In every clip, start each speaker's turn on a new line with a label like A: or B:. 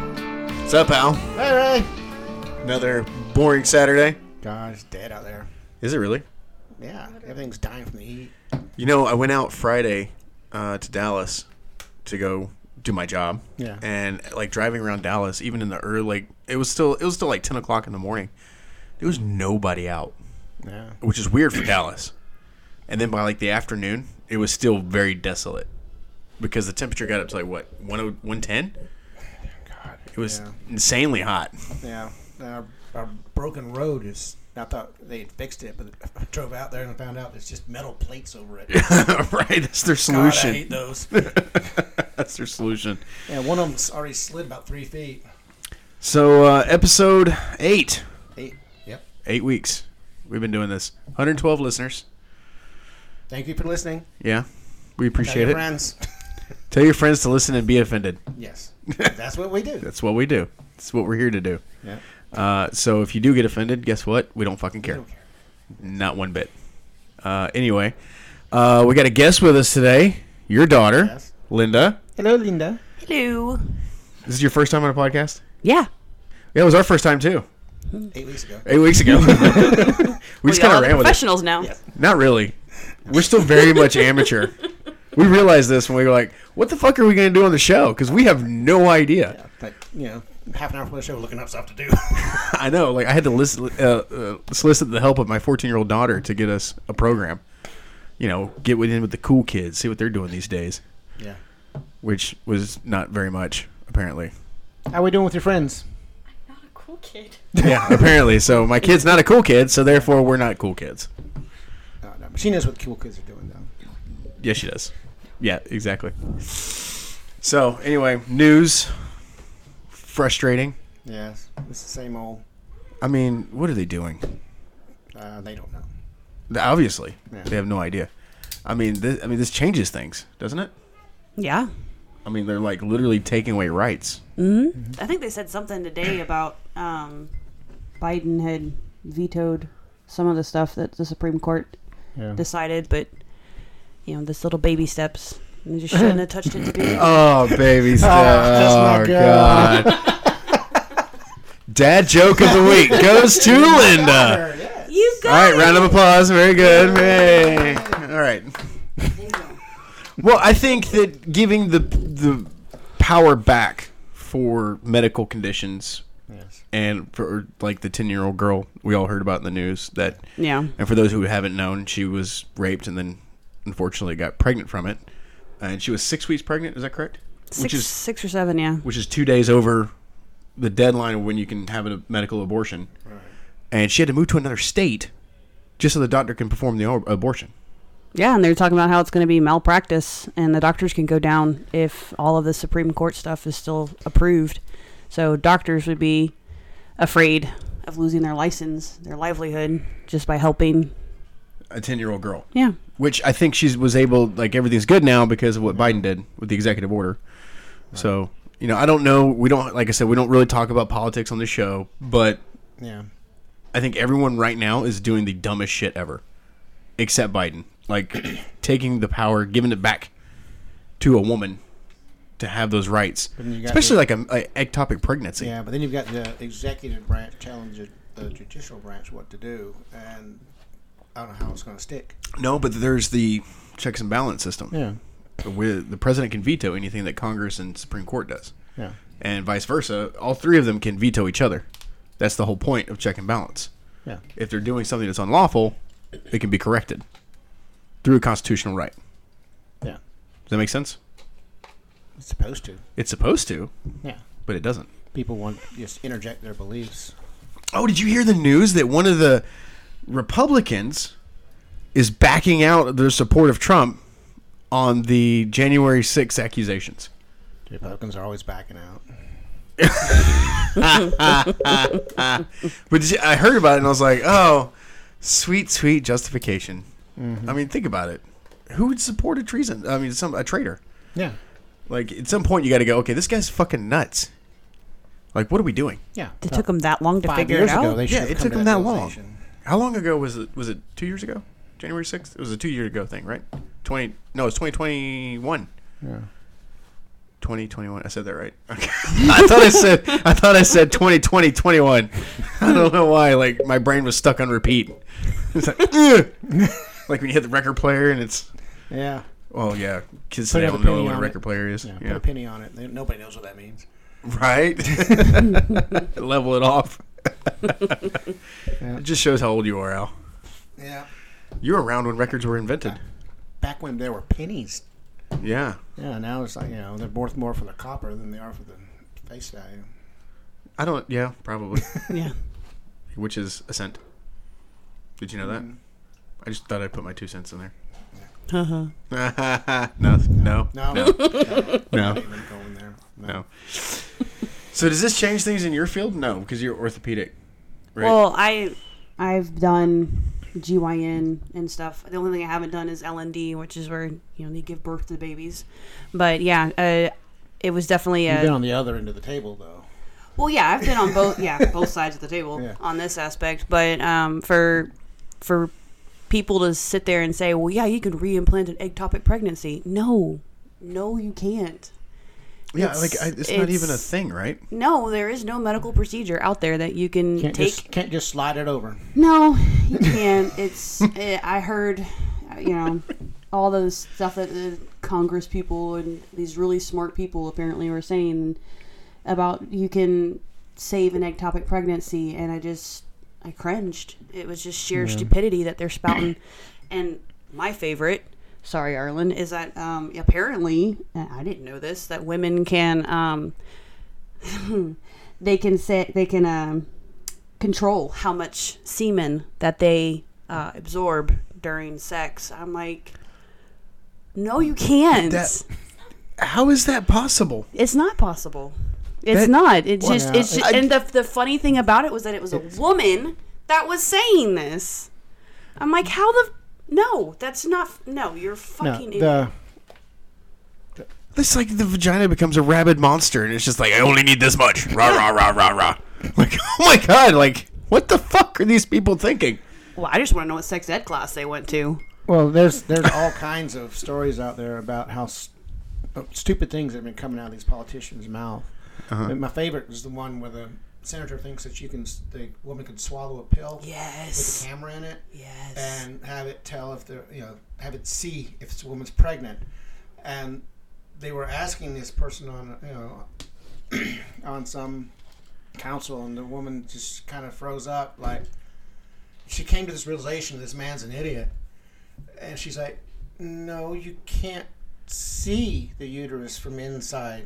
A: What's up, pal?
B: Hey, Ray.
A: Another boring Saturday.
B: God's dead out there.
A: Is it really?
B: Yeah, everything's dying from the heat.
A: You know, I went out Friday uh, to Dallas to go do my job.
B: Yeah.
A: And like driving around Dallas, even in the early, like it was still it was still like ten o'clock in the morning. There was nobody out,
B: Yeah.
A: which is weird for Dallas. And then by like the afternoon, it was still very desolate because the temperature got up to like what 10 110?
B: God.
A: It was
B: Yeah.
A: insanely hot.
B: Yeah. Our, our broken road is. I thought they had fixed it, but I drove out there and found out there's just metal plates over it.
A: right, that's their
B: God, I
A: solution.
B: hate those.
A: that's their solution.
B: yeah, one of them's already slid about three feet.
A: So uh, episode eight,
B: Eight. Yep.
A: eight weeks. We've been doing this. 112 listeners.
B: Thank you for listening.
A: Yeah, we
B: Tell
A: appreciate
B: your
A: it.
B: friends.
A: Tell your friends to listen and be offended.
B: yes. That's what we do.
A: That's what we do. That's what we're here to do.
B: Yeah.
A: Uh, so if you do get offended, guess what? We don't fucking care.
B: don't care.
A: Not one bit. Uh, anyway, uh, we got a guest with us today. Your daughter,
B: Yes.
A: Linda.
B: Hello, Linda.
C: Hello.
A: This is your first time on a podcast.
C: Yeah.
A: Yeah, it was our first time too.
B: Eight weeks ago.
A: Eight weeks ago. we just
C: we all
A: kind
C: are
A: of ran with it.
C: professionals now.
A: Not really. We're still very much amateur. We realized this when we were like, "What the fuck are we going to do on the show?" Because we have no idea.
B: Like, you know, half an hour before the show looking up stuff to do.
A: I know. Like, I had to list, uh, uh, solicit the help of my 14 year old daughter to get us a program. You know, get within with the cool kids, see what they're doing these days,
B: yeah.
A: which was not very much apparently.
B: How we doing with your friends?
C: Not a cool kid.
A: Yeah, apparently. So my kid's not a cool kid, so therefore we're not cool kids.
B: No, Uh, no, but she knows what cool kids are doing, though.
A: Yes, she does. Yeah, exactly. So anyway, news. Frustrating.
B: Yes. It's the same old.
A: I mean, what are they doing?
B: Uh, they don't know.
A: Obviously,
B: Yeah.
A: they have no idea. I mean, this, I mean, this changes things, doesn't it?
C: Yeah.
A: I mean, they're like literally taking away rights.
C: I think they said something today about um, Biden had vetoed some of the stuff that the Supreme Court
B: Yeah.
C: decided, but you know, this little baby steps. They just shouldn't have touched it to begin. with.
A: Oh, baby Oh, stuff.
B: my God.
A: Dad joke of the week goes to Linda.
B: yeah.
C: you
A: All
C: got
A: right, round of applause. Very good. Hey. All right. Well, I think that giving the the power back for medical conditions
B: Yes.
A: and for like the 10 year old girl we all heard about in the news that
C: Yeah.
A: and for those who haven't known she was raped and then unfortunately got pregnant from it and she was six weeks pregnant is that correct
C: Six,
A: which is
C: six or seven, yeah.
A: which is two days over the deadline of when you can have a medical abortion and she had to move to another state just so the doctor can perform the o- abortion
C: Yeah, and they were talking about how it's going to be malpractice, and the doctors can go down if all of the Supreme Court stuff is still approved. So doctors would be afraid of losing their license, their livelihood, just by helping.
A: a 10 year old girl
C: Yeah,
A: which I think she was able like everything's good now because of what Biden did with the executive order. So you know, I don't know. We don't like I said, we don't really talk about politics on the show, but
B: Yeah.
A: I think everyone right now is doing the dumbest shit ever, except Biden, like taking the power, giving it back to a woman to have those rights,
B: then you got
A: especially
B: the-
A: like a, a ectopic pregnancy.
B: Yeah, but then you've got the executive branch challenging the judicial branch what to do, and I don't know how it's going to stick.
A: No, but there's the checks and balance system. Where the president can veto anything that Congress and Supreme Court does.
B: Yeah.
A: and vice versa, all three of them can veto each other. That's the whole point of check and balance.
B: Yeah.
A: If they're doing something that's unlawful, it can be corrected through a constitutional right. Does
B: Yeah.
A: that make sense?
B: It's supposed to.
A: It's supposed to,
B: Yeah.
A: but it doesn't.
B: People want just interject their beliefs.
A: Oh, did you hear the news that one of the Republicans is backing out of their support of Trump on the January 6th accusations?
B: The Republicans are always backing out.
A: But did you- I heard about it and I was like, oh, sweet, sweet justification. I mean, think about it. Who would support a treason? I mean, some a traitor.
B: Yeah.
A: Like at some point, you got to go. Okay, this guy's fucking nuts. Like, what are we doing?
B: Yeah.
C: it took them that long to
B: Uh, five
C: figure
B: years
C: it out.
B: ago. They should
A: yeah,
B: have
A: it
B: come
A: took
B: to
A: him that long.
B: realization.
A: How long ago was it? Was it two years ago? January sixth. It was a two year ago thing, right? Twenty. No, it's twenty twenty one.
B: Yeah.
A: 2021. I said that right. Okay. I thought I said I thought I said 2020 21. I don't know why like my brain was stuck on repeat. It's like "Ugh." like when you hit the record player and it's
B: Yeah.
A: oh yeah, kids
B: Put
A: today
B: a
A: don't know
B: penny
A: what a
B: on
A: record
B: it.
A: player is.
B: Yeah. Put
A: Yeah.
B: a penny on it. They- Nobody knows what that means.
A: Right? Level it off.
B: Yeah.
A: It just shows how old you are, Al.
B: Yeah.
A: You were around when records were invented.
B: Back when there were pennies.
A: Yeah.
B: Yeah. Now it's like you know they're worth more for the copper than they are for the face value.
A: I don't yeah, probably.
C: Yeah.
A: Which is a cent. Did you know that? I just thought I'd put my two cents in there.
C: Uh-huh.
A: no, no,
B: No.
A: no,
B: Not
A: no,
B: even going there.
A: no. So does this change things in your field? No, because you're orthopedic, right?
C: Well, I I've done GYN and stuff. The only thing I haven't done is LND, which is where you know they give birth to babies. But yeah, uh, it was definitely
B: You've been
C: a
B: on the other end of the table though.
C: well. Yeah, I've been on both. Yeah, both sides of the table
B: Yeah.
C: on this aspect. But um, for for people to sit there and say, well, yeah, you can reimplant an ectopic pregnancy. No, no, you can't.
A: yeah, like I, it's, not even a
C: it's-
A: thing, right?
C: No, there is no medical procedure out there that you can
B: Can't
C: take.
B: just can't just slide it over.
C: No, you can't. It's eh, I heard, uh, you know, all those stuff that the Congress people and these really smart people apparently were saying about you can save an ectopic pregnancy, and I just I cringed. It was just sheer stupidity that they're spouting. and my favorite, sorry, Arlen, is that um, apparently and I didn't know this that women can um, they can say they can um, control how much semen that they uh, absorb during sex. I'm like, no, you can't.
A: That- How is that possible?
C: it's not possible. It's
A: That-
C: not. It's just.
B: Yeah.
C: It's just, and the the funny thing about it was that it was a woman that was saying this. I'm like, how the. No, that's not. No, you're
B: No,
C: fucking. idiot.
B: the
A: It's like the vagina becomes a rabid monster, and it's just like I only need this much. Rah rah rah rah rah. Like oh my god, like what the fuck are these people thinking?
C: Well, I just want to know what sex ed class they went to.
B: well, there's there's all kinds of stories out there about how s- uh, stupid things have been coming out of these politicians' mouth. And my favorite was the one where the senator thinks that you can s- the woman can swallow a pill with
C: Yes.
B: a camera in it
C: Yes.
B: and have it tell if they're you know have it see if this woman's pregnant and they were asking this person on you know on some council and the woman just kind of froze up like she came to this realization this man's an idiot and she's like no you can't see the uterus from inside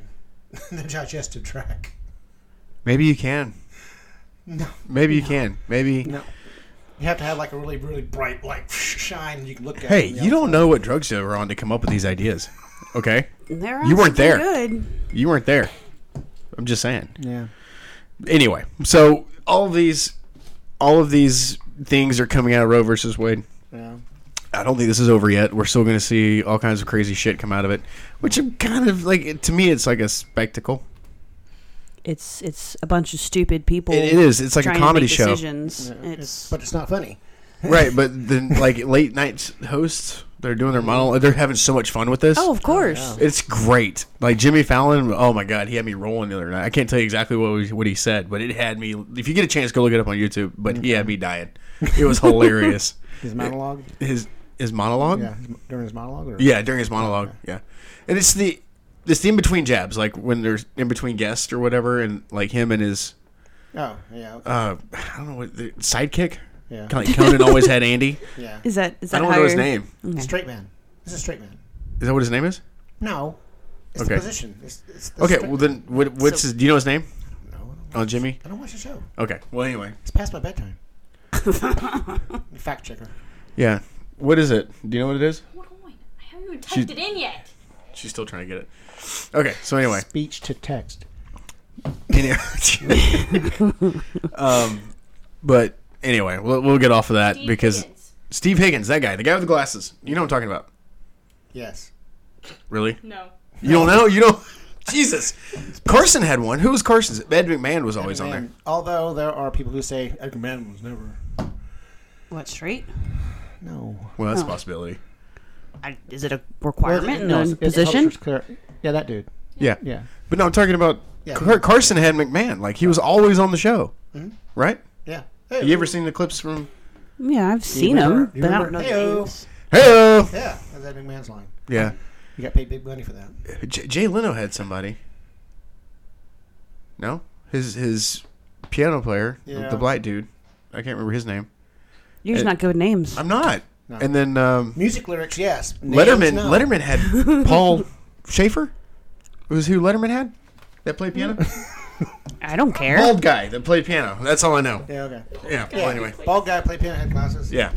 B: the digestive tract
A: Maybe you can.
B: no
A: Maybe you can. Maybe.
B: no you have to have like a really really bright like shine and you can look at it
A: Hey,
B: from the
A: you don't know what drugs they were on to come up with these ideas. Okay,
C: They're
A: you weren't
C: actually
A: there.
C: Good.
A: you weren't there. I'm just saying.
B: Yeah.
A: anyway, so all of these, all of these things are coming out of Roe versus Wade.
B: Yeah.
A: I don't think this is over yet. We're still going to see all kinds of crazy shit come out of it, which I'm kind of like. it- To me, it's like a spectacle.
C: It's it's a bunch of stupid people.
A: It- it is. It's like a
C: trying
A: comedy
C: to make
A: show,
C: Decisions. It's,
B: But it's not funny.
A: right? But then, like late night hosts, they're doing their monologue. They're having so much fun with this.
C: oh, of course.
A: It's great. Like Jimmy Fallon, oh my god, he had me rolling the other night. I can't tell you exactly what was, what he said, but it had me. If you get a chance, go look it up on YouTube. But he had me dying. It was hilarious.
B: His monologue.
A: his his monologue.
B: Yeah, his, during his monologue. Or?
A: Yeah, during his monologue. Yeah, and it's the it's the in between jabs, like when there's in between guests or whatever, and like him and his
B: Oh, yeah. okay.
A: uh, I don't know what the sidekick.
B: Yeah.
A: Kind of like Conan always had Andy.
B: yeah.
C: Is that is
A: I
C: that Mm,
A: don't
C: how
A: know his
C: you're-
A: name.
C: Okay.
B: Straight man. This is straight man.
A: Is that what his name is?
B: No. It's
A: Okay.
B: the position. It's, it's the
A: Okay,
B: straight
A: well then, what, what's
C: So-
A: his? Do you know his name?
B: man. No, I, don't
A: On
B: watch,
A: Jimmy.
B: I don't watch the show.
A: Okay. Well, anyway.
B: It's past my bedtime. Fact checker.
A: Yeah. What is it? Do you know what it is?
D: What on? I haven't even typed
A: She's-
D: it in yet.
A: She's still trying to get it. Okay. So anyway.
B: Speech to text.
A: anyway. um, but anyway, we'll, we'll get off of that
D: Steve
A: because
D: Higgins.
A: Steve Higgins, that guy, the guy with the glasses. You know what I'm talking about.
B: Yes.
A: Oh, Really?
D: No.
A: You don't know? You don't. Jesus. Carson had one. Who was Carson's? Ed McMahon was always on there.
B: And although there are people who say Edgar Mann was never.
C: What straight?
B: No.
A: Well, that's a
C: Oh.
A: possibility.
C: I, is it a
B: Well,
C: requirement in
B: no, it's-
C: the
B: it's
C: position?
B: culture's clear- Yeah, that dude.
A: Yeah.
B: Yeah.
A: But no, I'm talking about
B: Yeah.
A: Car- Carson had McMahon. Like he was always on the show,
B: Mhm.
A: right?
B: Yeah.
A: You ever seen the clips from?
C: Yeah, I've seen
B: remember-
C: him,
B: you
C: but I don't
B: remember-
C: know the
B: Hey-o.
C: names.
A: Hello.
B: Yeah, that's that McMahon's line.
A: Yeah.
B: You got paid big money for that.
A: J- Jay Leno had somebody. No, his his piano player, the-
B: Yeah.
A: the black dude. I can't remember his name.
C: You're just
A: Hey.
C: not good with names.
A: I'm not.
B: No.
A: And then um,
B: Music lyrics, yes. Names,
A: Letterman.
B: no.
A: Letterman had Paul Schaefer. Was who Letterman had? That played piano.
C: I don't care.
A: Bald guy that played piano. That's all I know.
B: Yeah, okay.
A: Yeah.
B: Yeah.
A: Well, anyway.
B: Bald guy, play piano, had glasses.
A: Yeah.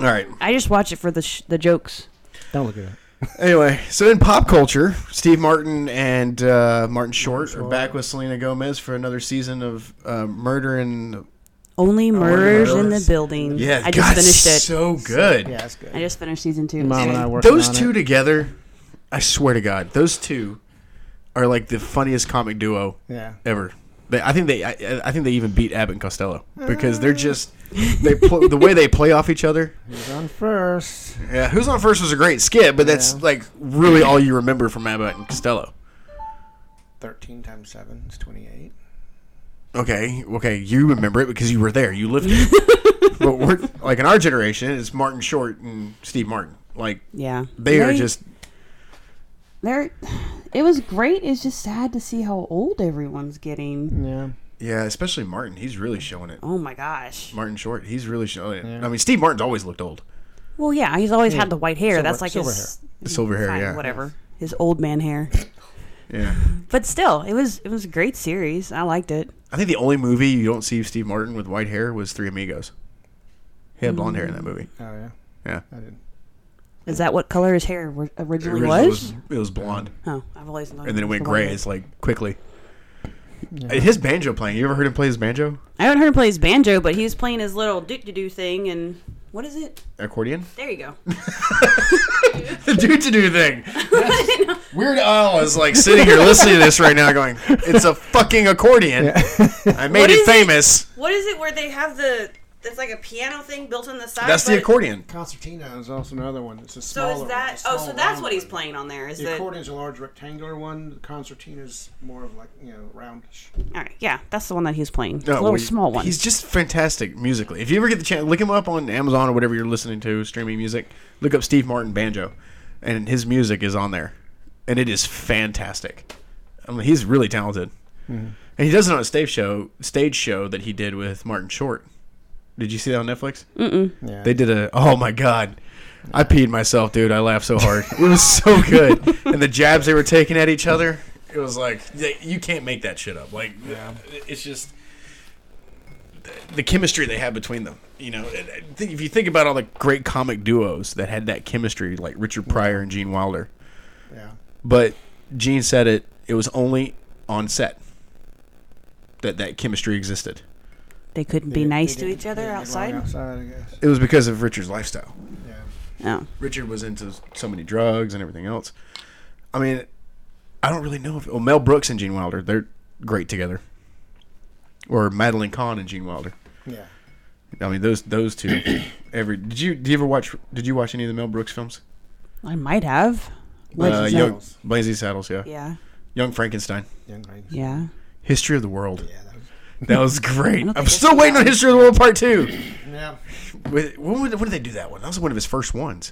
A: All right.
C: I just watch it for the sh- the jokes.
B: Don't look at it.
A: Anyway, so in pop culture, Steve Martin and uh, Martin Short are
B: Short.
A: back with Selena Gomez for another season of uh, Murder and
B: Oh,
C: Only murders in the
A: Murders.
C: building.
A: Yeah,
C: I just
A: God,
C: finished it.
A: So good.
B: Yeah, that's good.
C: I just finished season two.
D: Mom
A: And
D: and I working
A: those
D: on
A: two
D: it.
A: together, I swear to God, those two are like the funniest comic duo
B: yeah.
A: ever. They, I think they, I, I think they even beat Abbott and Costello because they're just they pl- the way they play off each other.
B: He's on first.
A: Yeah, Who's on First was a great skit, but that's
B: Yeah.
A: like really all you remember from Abbott and Costello.
B: 13 times 7 is 28.
A: Okay, okay, you remember it because you were there, you lived it. but we're like in our generation, it's Martin Short and Steve Martin. Like
C: Yeah,
A: they are just
C: they're. It was great. It's just sad to see how old everyone's getting.
B: Yeah.
A: yeah, especially Martin. He's really showing it.
C: Oh my gosh.
A: Martin Short, he's really showing it. I mean, Steve Martin's always looked old.
C: Well, yeah, he's always had the white hair. That's
B: Hmm. Silver-
C: like
B: silver
C: his
A: The silver hair,
C: fine,
A: yeah.
C: whatever. His old man hair.
A: Yeah.
C: But still, it was it was a great series. I liked it.
A: I think the only movie you don't see Steve Martin with white hair was Three Amigos. He had blonde hair in that movie.
B: Oh, yeah.
A: Yeah.
B: I didn't.
C: Is that what color his hair wor- originally
A: Originally
C: was?
A: It was blonde.
C: Oh, I've always known.
A: And then it went
C: was the white
A: gray.
C: hair.
A: It's like quickly. His banjo playing. You ever heard him play his banjo?
C: I haven't heard him play his banjo, but he was playing his little doo doo doo thing, and what is it?
A: Accordion?
C: There you go.
A: the do to do thing. Weird Al is like sitting here listening to this right now going, it's a fucking accordion. I made
C: What
A: it
C: is it?
A: famous.
C: What is it where they have the? It's like a piano thing built on the side.
A: That's the
C: but-
A: accordion.
B: Concertina is also another one. It's a
C: So
B: smaller
C: is
B: one,
C: that?
B: a
C: Oh, so
B: small
C: that's
B: round
C: what he's
B: one.
C: playing on there. Is
B: The
C: the? All
B: accordion's a large rectangular one. The concertina's more of like, you know, roundish.
C: right, yeah, that's the one that he's playing. It's
A: No,
C: a little
A: well,
C: small one.
A: He's just fantastic musically. If you ever get the chance, look him up on Amazon or whatever you're listening to, streaming music. Look up Steve Martin banjo, and his music is on there, and it is fantastic. I mean, he's really talented, and he does it on a stage show, stage show that he did with Martin Short. Did you see that on Netflix?
B: Yeah.
A: They did a. Oh my god. I peed myself, dude. I laughed so hard. It was so good. and the jabs they were taking at each other, it was like y- you can't make that shit up. Like it's just the- the chemistry they had between them. You know, and- and think- if you think about all the great comic duos that had that chemistry, like Richard Pryor and Gene Wilder,
B: yeah.
A: but Gene said it. It was only on set that that chemistry existed.
C: they couldn't be
B: They-
C: nice
B: they
C: to
B: did-
C: each
B: they
C: other
B: did wrong
C: outside.
B: Outside, I guess.
A: It was because of Richard's lifestyle.
B: Yeah.
C: No,
A: Richard was into so many drugs and everything else. I mean, I don't really know if well, Mel Brooks and Gene Wilder they're great together, or Madeline Kahn and Gene Wilder.
B: Yeah.
A: I mean those those two. Every did you did you ever watch did you watch any of the Mel Brooks films?
C: I might have.
A: uh,
B: Blazing
A: Young,
B: Saddles.
A: Blazing Saddles, yeah.
C: Yeah,
A: Young Frankenstein,
B: Young ladies.
C: yeah.
A: History of the World.
B: Yeah. That was,
A: That was great.
C: don't
A: I'm
C: think I
A: still
C: saw
A: waiting on History of the World Part Two.
B: yeah.
A: Wait, When, would- when did they do that one? That was one of his first ones.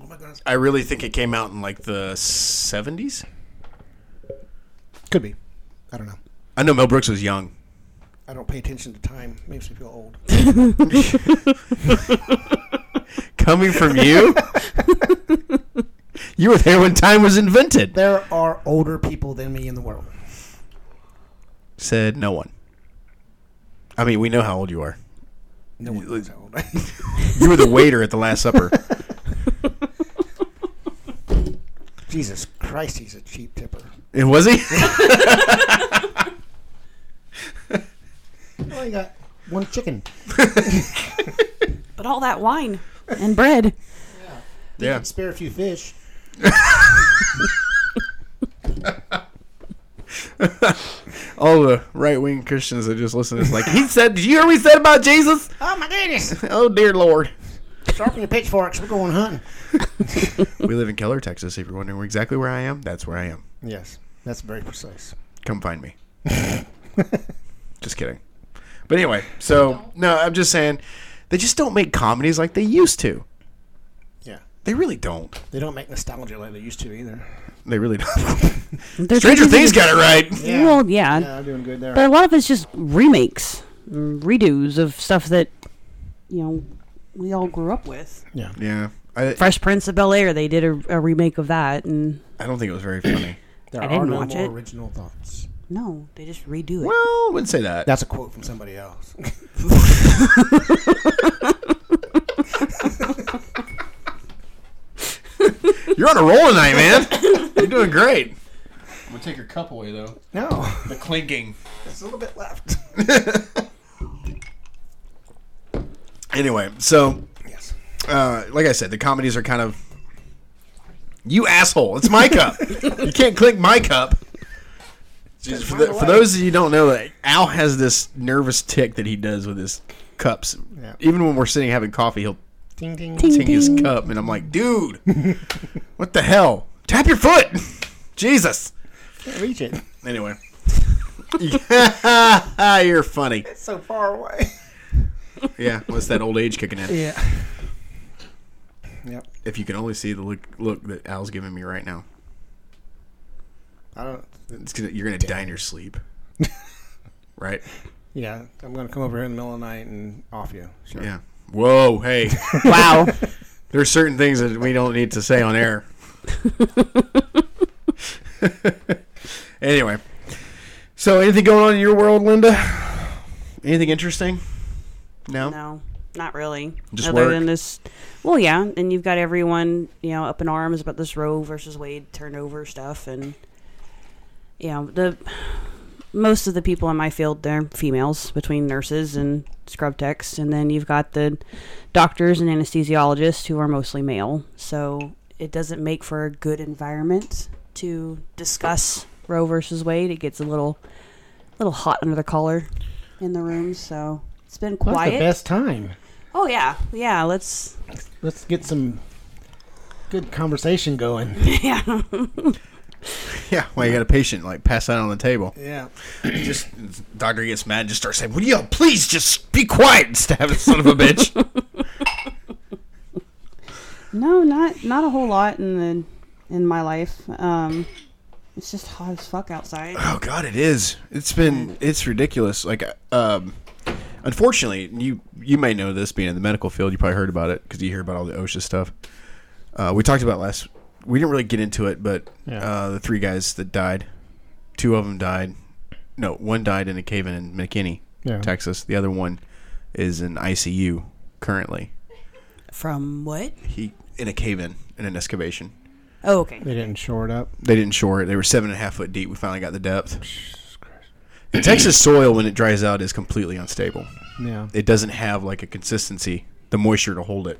B: Oh my goodness.
A: I really think it came out in like the 70s.
B: Could be. I don't know.
A: I know Mel Brooks was young.
B: I don't pay attention to time. Makes me feel old.
A: coming from you? you were there when time was invented.
B: There are older people than me in the world.
A: Said no one. I mean, we know how old you are.
B: No one knows how old I am.
A: You were the waiter at the Last Supper.
B: Jesus Christ, he's a cheap tipper.
A: And was he?
B: I only got one chicken.
C: But all that wine and bread.
A: yeah.
B: Spare a few fish.
A: All the right wing Christians that just listen to this, like, he said, Did you hear what he said about Jesus?
B: Oh my goodness!
A: Oh, dear Lord.
B: Sharpen your pitchforks. We're going hunting.
A: we live in Keller, Texas. If you're wondering where- exactly where I am, that's where I am.
B: Yes, that's very precise.
A: Come find me. just kidding. But anyway, so no, I'm just saying they just don't make comedies like they used to.
B: Yeah,
A: They really don't.
B: they don't make nostalgia like they used to either.
A: They really don't.
C: There's
A: Stranger
C: nothing
A: Things
C: to-
A: got it right.
B: Yeah.
C: Well, yeah.
B: Yeah, I'm doing good there.
C: But a lot of it's just remakes, mm, redos of stuff that, you know, we all grew up with.
B: yeah,
A: Yeah. I,
C: Fresh Prince of Bel Air, they did a, a remake of that, and
A: I don't think it was very funny.
B: there
C: I
B: are
C: didn't
B: no
C: watch
B: more
C: it.
B: original thoughts.
C: no, they just redo it.
A: Well, I wouldn't say that.
B: That's a quote from somebody else.
A: You're on a roll tonight, man. You're doing great. I'm gonna take your cup away though.
B: no,
A: The clinking.
B: there's a little bit left.
A: Anyway, so
B: yes.
A: uh, like I said, the comedies are kind of you asshole. It's my cup. you can't clink my cup. Just for, the, for those of you who don't know, that Al has this nervous tick that he does with his cups.
B: Yeah.
A: Even when we're sitting having coffee, he'll
B: Ding ding.
A: ting his cup, and I'm like, dude, what the hell? Tap your foot, Jesus.
B: Can't reach it.
A: Anyway, you're funny.
B: It's so far away.
A: Yeah, what's that old age kicking in?
B: Yeah. Yep.
A: If you can only see the look, look that Al's giving me right now,
B: I don't.
A: it's gonna, you're gonna die in your sleep, right?
B: Yeah, I'm gonna come over here in the middle of the night and off you. Sure.
A: Yeah. Whoa, hey,
C: Wow.
A: there's certain things that we don't need to say on air. anyway, so anything going on in your world, Linda? Anything interesting? No.
C: no, not really.
A: Just
C: Other
A: work?
C: than this, well, yeah, and you've got everyone, you know, up in arms about this Roe versus Wade turnover stuff, and you know the most of the people in my field they're females between nurses and scrub techs, and then you've got the doctors and anesthesiologists who are mostly male. So it doesn't make for a good environment to discuss Roe versus Wade. It gets a little, little hot under the collar in the room. So it's been
B: What's
C: quiet.
B: the best time?
C: Oh yeah, yeah. Let's.
B: Let's get some good conversation going.
C: Yeah,
A: Yeah. Well, you got a patient like pass out on the table.
B: Yeah.
A: just doctor gets mad and just starts saying, "Will you please just be quiet and stab the son of a bitch?"
C: no, not not a whole lot in the in my life. Um, it's just hot as fuck outside.
A: oh God, it is. It's
B: Mm.
A: been it's ridiculous. Like, um, unfortunately, you you may know this being in the medical field. You probably heard about it because you hear about all the OSHA stuff. Uh, we talked about it last. We didn't really get into it, but
B: Yeah.
A: uh, the three guys that died, two of them died. No, one died in a cave-in in McKinney,
B: Yeah.
A: Texas. The other one is in ICU currently.
C: From what?
A: He in a cave-in in an excavation.
C: Oh, okay.
B: They didn't shore it up.
A: They didn't shore it. They were seven and a half foot deep. We finally got the depth. The Texas soil, when it dries out, is completely unstable.
B: Yeah.
A: It doesn't have like a consistency, the moisture to hold it.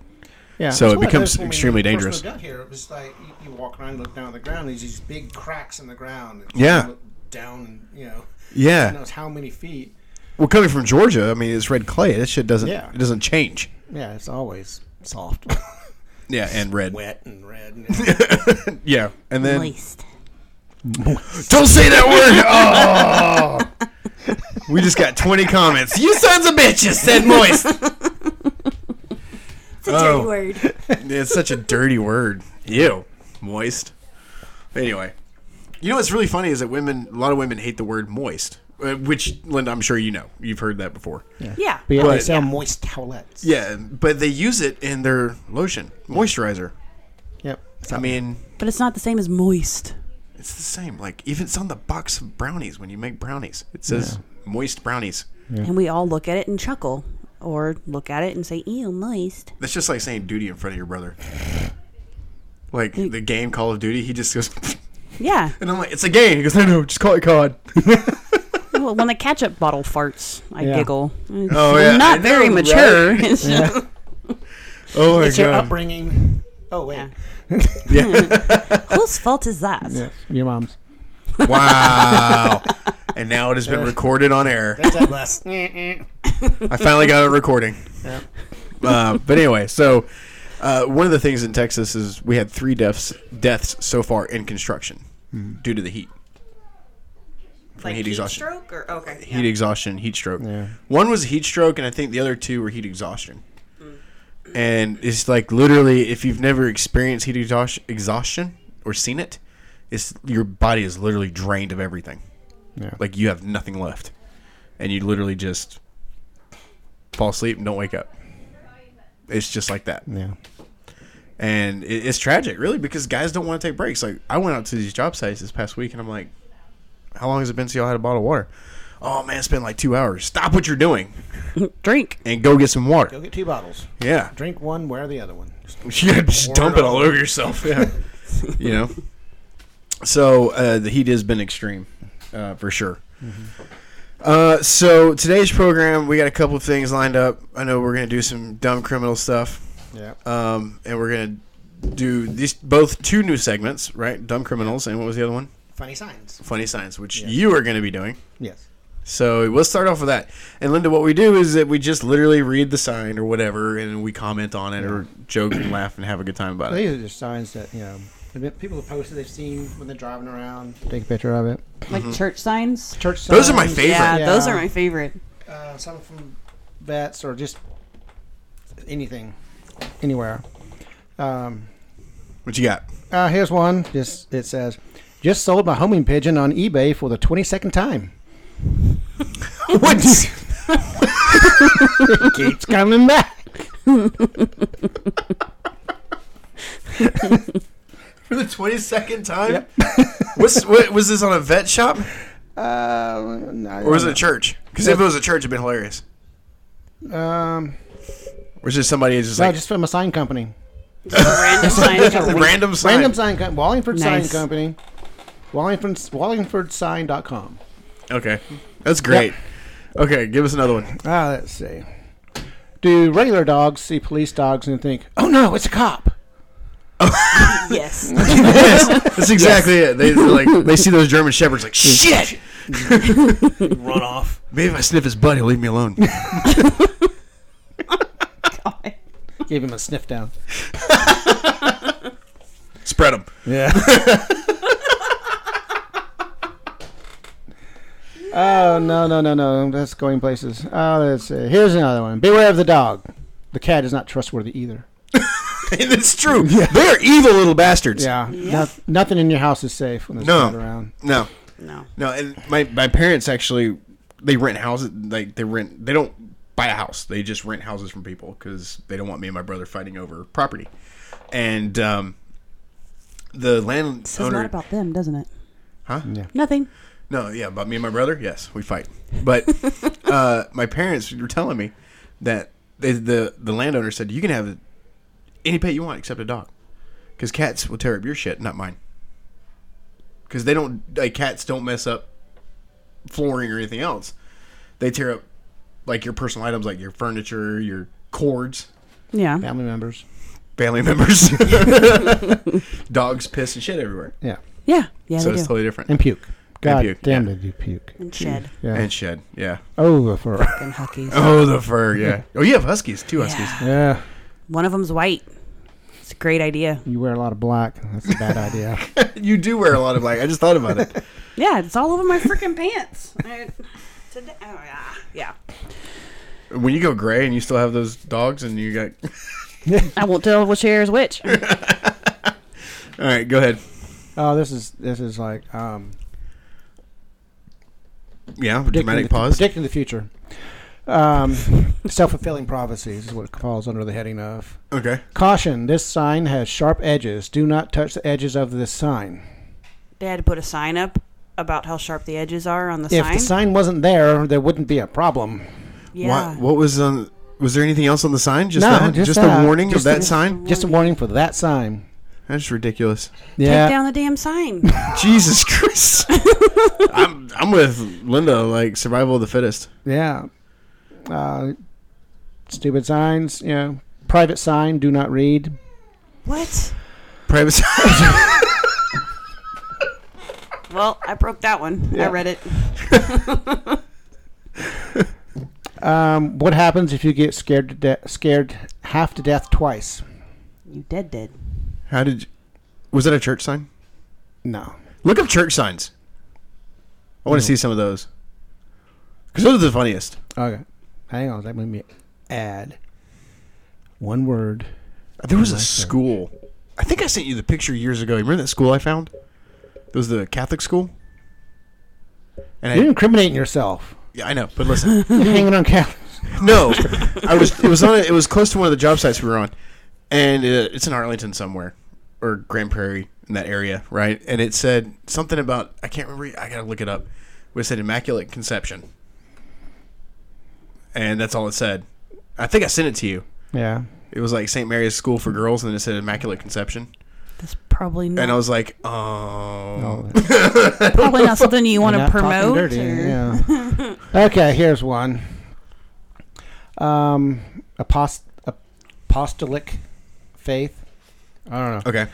B: Yeah.
A: So
B: That's
A: it
B: what
A: becomes
B: was when we
A: extremely
B: first moved
A: dangerous.
B: Out here, it was like you, you walk around, look down at the ground. There's these big cracks in the ground. and
A: Yeah.
B: you look Down, you know, who
A: Yeah.
B: knows how many feet.
A: Well, coming from Georgia, I mean, it's red clay. That shit doesn't.
B: Yeah.
A: It doesn't change.
B: Yeah, it's always soft,
A: Yeah, and red.
B: wet, and red. And
A: Yeah, and then
C: Moist.
A: don't say that word. Oh. we just got twenty comments. You sons of bitches said moist.
C: It's a
A: Oh.
C: word.
A: It's such a dirty word. Ew. Moist. Anyway, you know what's really funny is that women, a lot of women hate the word moist, uh, which, Linda, I'm sure you know. You've heard that before.
C: Yeah.
B: But yeah, they
A: But-
B: sell moist towelettes.
A: Yeah, but they use it in their lotion, moisturizer.
B: Yep. So
A: I mean,
C: But it's not the same as moist.
A: it's the same. Like, even it's on the box of brownies when you make brownies, it says moist brownies.
C: And we all look at it and chuckle, or look at it and say, "Ew, moist."
A: That's just like saying duty in front of your brother. Like the game Call of Duty, he just goes,
C: Yeah.
A: and I'm like, it's a game. He goes, no, no, just call it COD.
C: well, when the ketchup bottle farts, I
B: Yeah.
C: giggle. It's
A: Oh, yeah,
C: Not
A: I
C: very
A: know, right?
C: mature. It's just-
A: Oh my
B: it's your upbringing. Oh wait,
C: Yeah.
A: Yeah.
C: Whose fault is that?
B: your mom's.
A: Wow. and now it has been recorded on air.
B: That's that last. Mm-mm.
A: I finally got it recording. Uh, but anyway, so Uh, one of the things in Texas is we had three deaths deaths so far in construction
C: Hmm.
A: due to the heat. From
C: Like
A: heat
C: heat
A: exhaustion.
C: stroke or okay.
A: Heat exhaustion, heat stroke.
D: Yeah.
A: One was heat stroke, and I think the other two were heat exhaustion. And it's like literally, if you've never experienced heat exhaust- exhaustion or seen it, it's your body is literally drained of everything.
D: Yeah.
A: Like you have nothing left, and you literally just fall asleep and don't wake up. It's just like that
D: Yeah.
A: and it, it's tragic, really, because guys don't want to take breaks. Like I went out to these job sites this past week, and I'm like, "How long has it been since y'all had a bottle of water?" Oh man, it's been like two hours. Stop what you're doing
C: Drink.
A: and go get some water.
B: Go get two bottles.
A: Yeah,
B: Drink one, wear the other one. Just-
A: yeah, just dump it all over yourself. Yeah, you know. So uh, the heat has been extreme, uh, for sure.
B: Mm-hmm.
A: Uh, so today's program, we got a couple of things lined up. I know we're gonna do some dumb criminal stuff.
B: Yeah.
A: um, and we're gonna do these both two new segments, right? Dumb criminals, and what was the other one?
B: Funny signs.
A: Funny science, which
B: Yeah.
A: you are gonna be doing.
B: Yes.
A: So we'll start off with that. And Linda, what we do is that we just literally read the sign or whatever, and we comment on it or joke and laugh and have a good time about it.
B: These are just signs that, you know, have been- people have posted they've seen when they're driving around. Take a picture of it.
C: Like
A: Mm-hmm.
C: church signs.
B: Church signs.
A: Those are my favorite.
C: Yeah, those
B: Yeah.
C: are my favorite.
B: Uh, some from vets or just anything, anywhere. Um,
A: What you got?
B: uh, here's one. Just It says, just sold my homing pigeon on eBay for the 22nd time.
A: what?
B: It keeps coming back.
A: For the twenty second time? What's, what was this on a vet shop
B: Uh,
A: or was it a church? Because if it was a church, it'd been hilarious.
B: Um,
A: Or is it somebody who's just
B: no,
A: like
B: just from a sign company.
C: Random signs.
A: a
C: are-
A: random sign?
B: Random sign company. Wallingford Sign
C: Nice.
B: Company. Wallingford, wallingfordsign.com.
A: Okay, that's great. Okay, give us another one.
B: Ah, let's see. Do regular dogs see police dogs and think, oh no, it's a cop?
C: yes.
A: yes, that's exactly it. They they're like they see those German shepherds like shit.
D: Run off.
A: Maybe if I sniff his butt, he'll leave me alone.
B: Give him a sniff down.
A: Spread him.
B: Yeah. oh, no, no, no, no. That's going places. Oh, let's see. Here's another one. Beware of the dog. The cat is not trustworthy either.
A: and it's true. They are evil little bastards.
B: Yeah.
C: Yeah.
B: No- nothing in your house is safe when there's
A: No.
B: cat around.
A: No,
C: No.
A: no. And my my parents actually they rent houses. Like they rent. They don't buy a house. They just rent houses from people because they don't want me and my brother fighting over property. And um, the landowner.
C: This is not about them, doesn't it?
A: Huh?
B: Yeah.
C: Nothing.
A: No, yeah, but me and my brother, yes, we fight. But uh, my parents were telling me that they, the the landowner said you can have any pet you want except a dog, because cats will tear up your shit, not mine. Because they don't like cats don't mess up flooring or anything else. They tear up like your personal items, like your furniture, your cords,
C: Yeah.
B: Family members.
A: family members, dogs, piss and shit everywhere.
B: Yeah.
C: Yeah. Yeah,
A: so
C: they
A: it's
C: do.
A: totally different.
B: And puke. God
A: puke,
B: damn,
A: yeah.
B: did you puke?
C: And shed.
B: Yeah.
A: And shed, yeah.
B: Over for.
C: And huckies.
A: Oh, the fur, yeah. Oh, you have huskies, two huskies.
C: yeah.
B: Yeah.
C: One of them's white. It's a great idea.
B: You wear a lot of black. That's a bad idea.
A: You do wear a lot of black. I just thought about it.
C: Yeah, it's all over my freaking pants. I- today- oh, yeah. yeah.
A: When you go gray and you still have those dogs, and you got.
C: I won't tell which hair is which.
A: All right, go ahead.
B: Oh, this is this is like um,
A: Yeah,
B: predicting
A: dramatic
B: the,
A: pause.
B: Predicting the future. Um, Self fulfilling prophecies is what it falls under the heading of.
A: okay.
B: Caution: This sign has sharp edges. Do not touch the edges of this sign.
C: They had to put a sign up about how sharp the edges are on the
B: If
C: sign.
B: the sign wasn't there, there wouldn't be a problem.
C: yeah.
A: What, what was on? Was there anything else on the sign? Just
B: No,
A: that?
B: just
A: Just,
B: that.
A: the warning
B: Just
A: of that
B: the-
A: sign?
B: Just a warning for that sign.
A: That's ridiculous.
B: Yeah.
C: Take down the damn sign.
A: Jesus Christ. I'm I'm with Linda. Like survival of the fittest.
B: Yeah. Uh, stupid signs. You know, private sign. Do not read.
C: what?
A: Private. sign.
C: Well, I broke that one.
B: Yeah.
C: I read it.
B: Um, what happens if you get scared to de- scared half to death twice?
C: You dead dead.
A: How did? You, was that a church sign?
B: No.
A: Look up church signs. I want to see some of those because those are the funniest.
B: Okay. Hang on. Let me add one word.
A: There was a
B: Nice, sir.
A: school. I think I sent you the picture years ago. You remember that school I found? It was the Catholic school.
B: You're
A: And I,
B: incriminating yourself.
A: yeah, I know. But listen,
B: You're hanging on Catholics.
A: no, I was. It was on. A, it was close to one of the job sites we were on, and uh, it's in Arlington somewhere or Grand Prairie in that area, right? And it said something about I can't remember. I gotta look it up. But it said Immaculate Conception, and that's all it said. I think I sent it to you.
B: Yeah.
A: It was like St. Mary's School for Girls, and then it said Immaculate Conception.
C: That's probably not,
A: And I was like, oh.
C: probably not something you want
B: You're
C: to
B: not talking
C: promote.
B: dirty,
C: or-
B: yeah. okay, here's one. Um, apost- apostolic faith. I don't know.
A: Okay.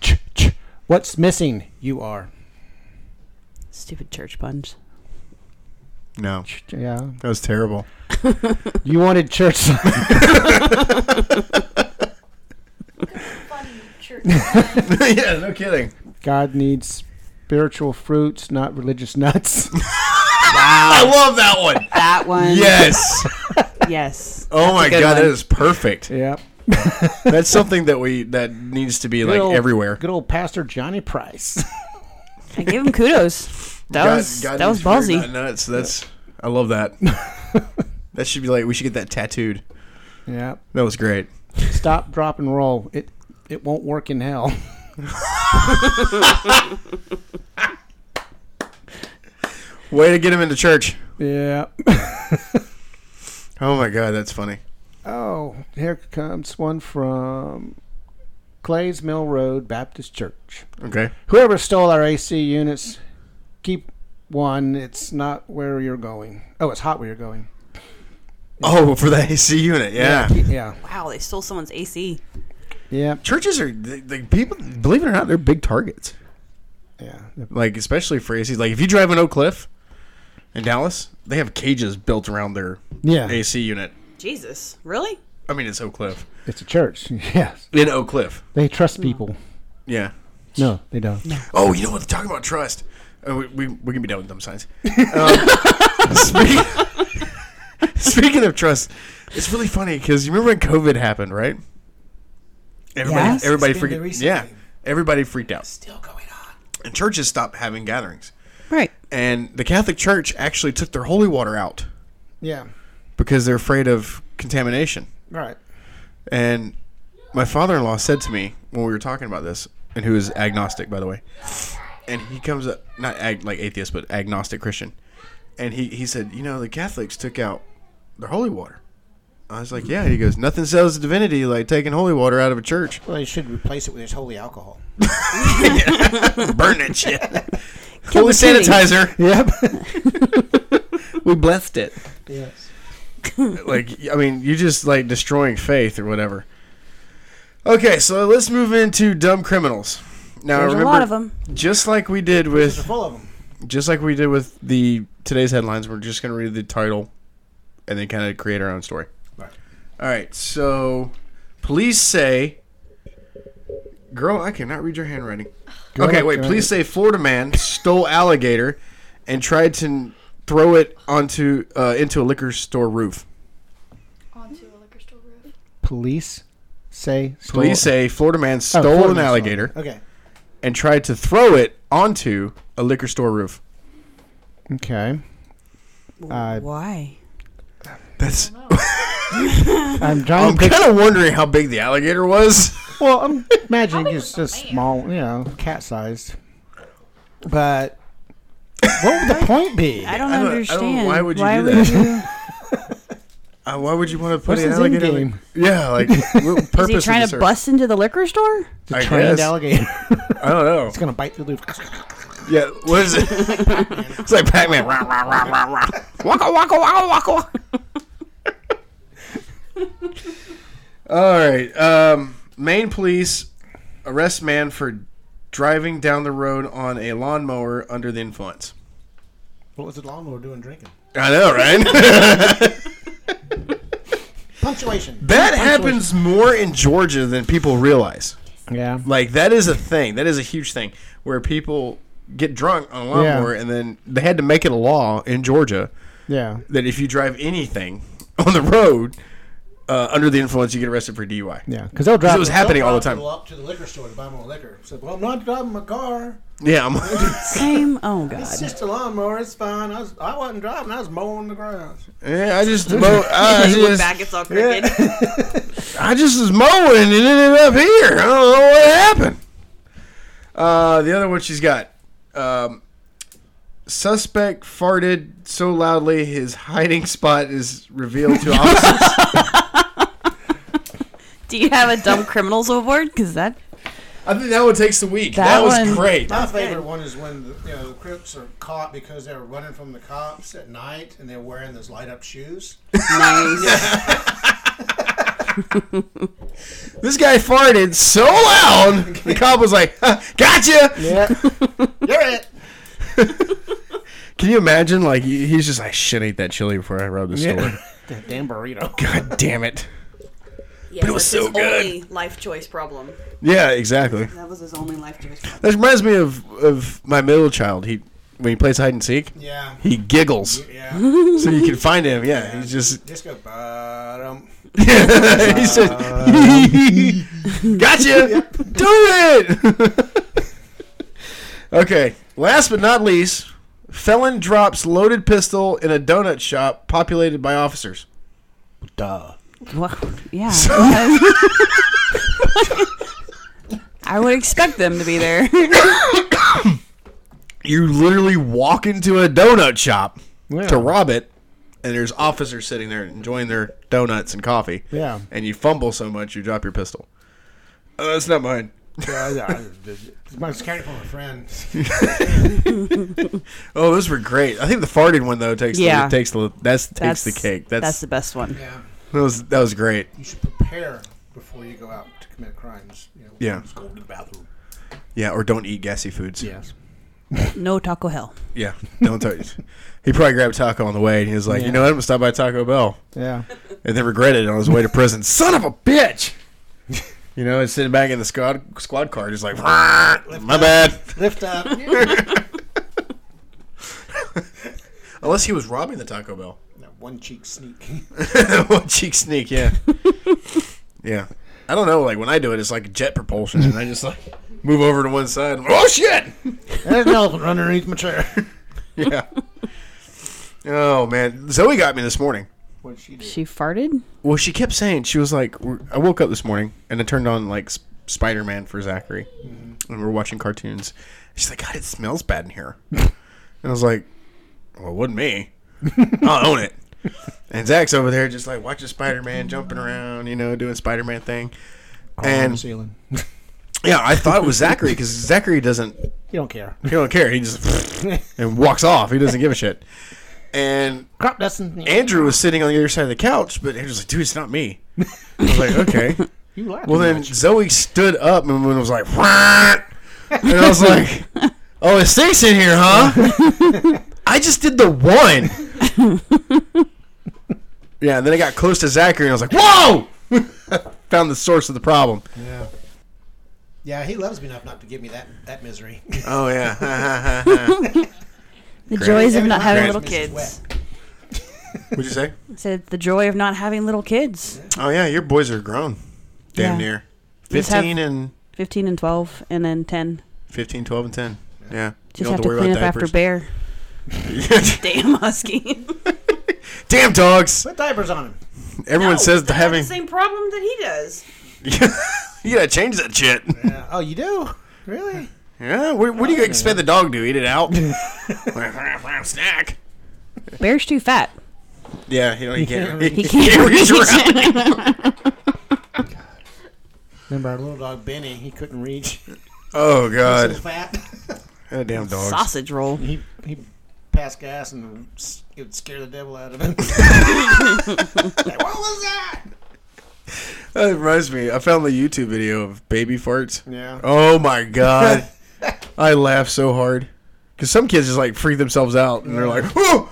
B: Ch- ch- What's missing? You are.
C: Stupid church buns.
A: No.
B: Ch- Yeah.
A: That was terrible.
B: You wanted church. sign.
A: yeah, no kidding.
B: God needs spiritual fruits, not religious nuts.
A: I love that one.
C: That one.
A: Yes.
C: Yes.
A: Oh my
C: good
A: god, that
C: one.
A: is perfect.
B: yep.
A: That's something that we that needs to be
B: Good
A: like
B: old-
A: everywhere.
B: Good old Pastor Johnny Price.
C: I give him kudos. That was that was
A: needs to be
C: ballsy.
A: not Nuts. That's I love that. that should be like we should get that tattooed.
B: yep.
A: That was great.
B: Stop, drop, and roll. It it won't work in hell.
A: Way to get him into church.
B: Yeah.
A: Oh my god, that's funny.
B: Oh, here comes one from Clay's Mill Road Baptist Church.
A: Okay.
B: Whoever stole our AC units, keep one. It's not where you're going. Oh, it's hot where you're going.
A: Oh, for the AC unit. Yeah.
B: Yeah. Yeah.
C: Wow, they stole someone's AC.
B: Yeah.
A: Churches are the, the people believe it or not, they're big targets.
B: yeah.
A: like especially for ACs. Like if you drive in Oak Cliff in Dallas, they have cages built around their
B: Yeah.
A: AC unit.
C: Jesus, really?
A: I mean, it's Oak Cliff
B: It's a church. Yes.
A: in Oak Cliff.
B: They trust people.
A: Yeah.
B: No, they don't.
A: Oh, you know what? Talking about trust, uh, we, we we can be done with dumb signs. Um, speaking, speaking of trust, it's really funny because you remember when COVID happened, right? Everybody,
C: Yes.
A: everybody
B: It's been
A: freaked.
B: recently.
A: Yeah, everybody freaked out,
B: Still going on.
A: and churches stopped having gatherings.
C: Right.
A: And the Catholic Church actually took their holy water out
B: Yeah.
A: because they're afraid of contamination.
B: Right.
A: And my father in law said to me when we were talking about this, and who is agnostic, by the way, and he comes up, not ag, like atheist, but agnostic Christian. And he, he said, You know, the Catholics took out their holy water. I was like, Yeah. He goes, Nothing sells divinity like taking holy water out of a church.
B: Well, they should replace it with this holy alcohol.
A: Burn it, shit.
C: Kill
A: holy
C: the kitty.
A: sanitizer.
B: Yep.
A: We blessed it.
B: yes.
A: like I mean, you just like destroying faith or whatever. Okay, so let's move into dumb criminals. Now
C: There's
A: remember,
C: a lot of them.
A: just like we did
B: They're
A: with,
B: full of them.
A: just like we did with the today's headlines, we're just gonna read the title, and then kind of create our own story.
B: Right.
A: All right. So, police say, girl, I cannot read your handwriting.
B: Girl,
A: okay,
B: I
A: wait.
B: cannot
A: Police say Florida man stole alligator and tried to throw it onto uh, into a liquor store roof.
E: onto a liquor store roof.
B: Police say. stole-
A: Police say Florida man
B: Oh,
A: stole
B: Florida
A: an
B: man
A: alligator
B: Okay.
A: and tried to throw it onto a liquor store roof.
B: Okay. Uh,
C: Why?
A: That's.
B: I'm trying
A: I'm
B: to picture.
A: kind of wondering how big the alligator was.
B: Well, I'm imagining it's just small, you know, cat sized. But what would the point be?
C: I don't
A: I don't- I don't-
C: understand.
A: why would you do
C: would
A: that?
C: you-
A: Uh, why would you want to put
B: What's
A: an
B: his
A: alligator?
B: end game?
A: Yeah, like what purpose?
C: Is he
A: would
C: trying
A: this
C: to
A: serve?
C: bust into the liquor store?
B: The
A: I
B: trained
A: guess.
B: alligator.
A: I don't know.
B: it's gonna bite through the.
A: Yeah, what is it? it's like Pac-Man. Rah, rah, rah, rah, rah. Waka waka waka waka. waka. All right. Um, Maine police arrest man for driving down the road on a lawnmower under the influence.
B: What was the lawnmower doing drinking?
A: I know, right?
B: punctuation.
A: That happens more in Georgia than people realize.
B: Yeah.
A: Like that is a thing. That is a huge thing where people get drunk on a lawnmower, and then they had to make it a law in Georgia
B: Yeah.
A: that if you drive anything on the road uh, under the influence, you get arrested for DUI.
B: Yeah. Because they'll
A: Because
B: drive.
A: it was happening all the time.
B: Go up to the liquor store to buy more liquor. So, well, I'm not driving my car.
A: Yeah, I'm,
C: Same. Oh
B: It's
C: god.
B: just a lawnmower. It's fine. I, was, I wasn't driving. I was mowing the ground.
A: yeah I just mow, I
C: You look
A: just
C: back, it's all crooked.
A: I just was mowing and ended up here. I don't know what happened. Uh, the other one she's got. Um, suspect farted so loudly his hiding spot is revealed to officers.
C: Do you have a dumb criminals award? Because that
A: I think that one takes the week. That,
C: That
A: was
C: one-
A: great.
B: My favorite one is when the, you know the Crips are caught because they're running from the cops at night and they're wearing those light up shoes.
C: nice.
A: This guy farted so loud, the cop was like, "Huh, "Gotcha."
B: Yeah, you're it.
A: Can you imagine? Like he- he's just like, "Shit, ate that chili before I robbed the store."
B: That damn burrito.
A: God damn it.
C: Yes, but
A: it was that's so his good. only
C: life choice problem.
A: Yeah, exactly.
C: That was his only life choice. Problem.
A: That reminds me of of my middle child. He when he plays hide and seek.
B: Yeah,
A: He giggles,
B: yeah.
A: so you can find him. Yeah, he's just
B: Just go bottom.
A: he says, "Gotcha, do it." okay. Last but not least, felon drops loaded pistol in a donut shop populated by officers.
D: Duh.
C: Well, yeah. I would expect them to be there.
A: You literally walk into a donut shop
B: Yeah.
A: to rob it, and there's officers sitting there enjoying their donuts and coffee.
B: Yeah.
A: and you fumble so much you drop your pistol. Oh, that's not mine.
B: My scary for my friend.
A: Oh, those were great. I think the farted one though takes
C: Yeah.
A: the, takes the that's takes the cake. That's,
C: the best one.
B: Yeah,
A: that was that was great.
B: you should prepare before you go out to commit crimes. You know,
A: Yeah.
B: just go to the bathroom.
A: Yeah, or don't eat gassy foods.
B: Yes.
C: No Taco Hell.
A: yeah. Don't touch. he probably grabbed taco on the way and he was like, you know what, I'm gonna stop by Taco Bell,
B: Yeah.
A: and then regretted it on his way to prison. Son of a bitch. You know, and sitting back in the squad squad car, just like, "Rah, my bad.
B: Lift up.
A: Unless he was robbing the Taco Bell.
B: That one cheek sneak.
A: One cheek sneak, yeah. yeah. I don't know, like when I do it, it's like jet propulsion, and I just like move over to one side. and, oh shit!
B: There's an elephant running underneath my chair.
A: yeah. Oh man, Zoe got me this morning.
B: What'd she do?
C: She farted.
A: Well, she kept saying she was like, we're- I woke up this morning and I turned on like Sp- Spider Man for Zachary, and we are watching cartoons. She's like, God, it smells bad in here, and I was like, Well, it wasn't me. I'll own it. And Zach's over there just like watching Spider Man, jumping around, you know, doing Spider Man thing. And
B: ceiling.
A: yeah, I thought it was Zachary because Zachary doesn't
B: You don't care.
A: he don't care. He just and walks off. He doesn't give a shit. And
B: Crop doesn't.
A: Andrew was sitting on the other side of the couch, but Andrew's like, dude, it's not me. I was like, okay.
B: You laugh.
A: Well,
B: too
A: then
B: much.
A: Zoe stood up and was like, "Rah!" and I was like, oh, it stinks in here, huh? I just did the one. yeah, and then I got close to Zachary and I was like, whoa! Found the source of the problem.
B: Yeah. Yeah, he loves me enough not to give me that that misery.
A: Oh, yeah.
C: The joys of
B: Every
C: not
B: time
C: having
B: my
C: little
B: misery's
C: kids.
B: wet.
A: What'd you say?
C: I said the joy of not having little kids.
A: Oh, yeah, your boys are grown. Damn
C: Yeah.
A: near.
C: Just have-
A: 15 and
C: Fifteen and twelve, and then ten.
A: 15, 12, and 10. Yeah.
C: Just have to clean up after Bear.
A: diapers.
C: Damn husky.
A: Damn dogs!
B: Put diapers on him.
A: Everyone says the having.
C: same problem that he does.
A: you gotta change that shit.
B: Yeah. Oh, you do? Really?
A: Yeah, what, what do you expect the dog to do? Eat it out? Snack.
C: Bear's too fat.
A: Yeah, you know he can't.
C: He can't reach around.
B: Remember our little dog Benny? He couldn't reach.
A: Oh
B: So
A: god,
B: fat.
A: that damn dogs.
C: Sausage roll.
B: he he passed gas and s- it would scare the devil out of him. like, what was that?
A: That reminds me. I found the YouTube video of baby farts.
B: Yeah.
A: Oh my god, I laugh so hard because some kids just like freak themselves out and they're like, "Whoa,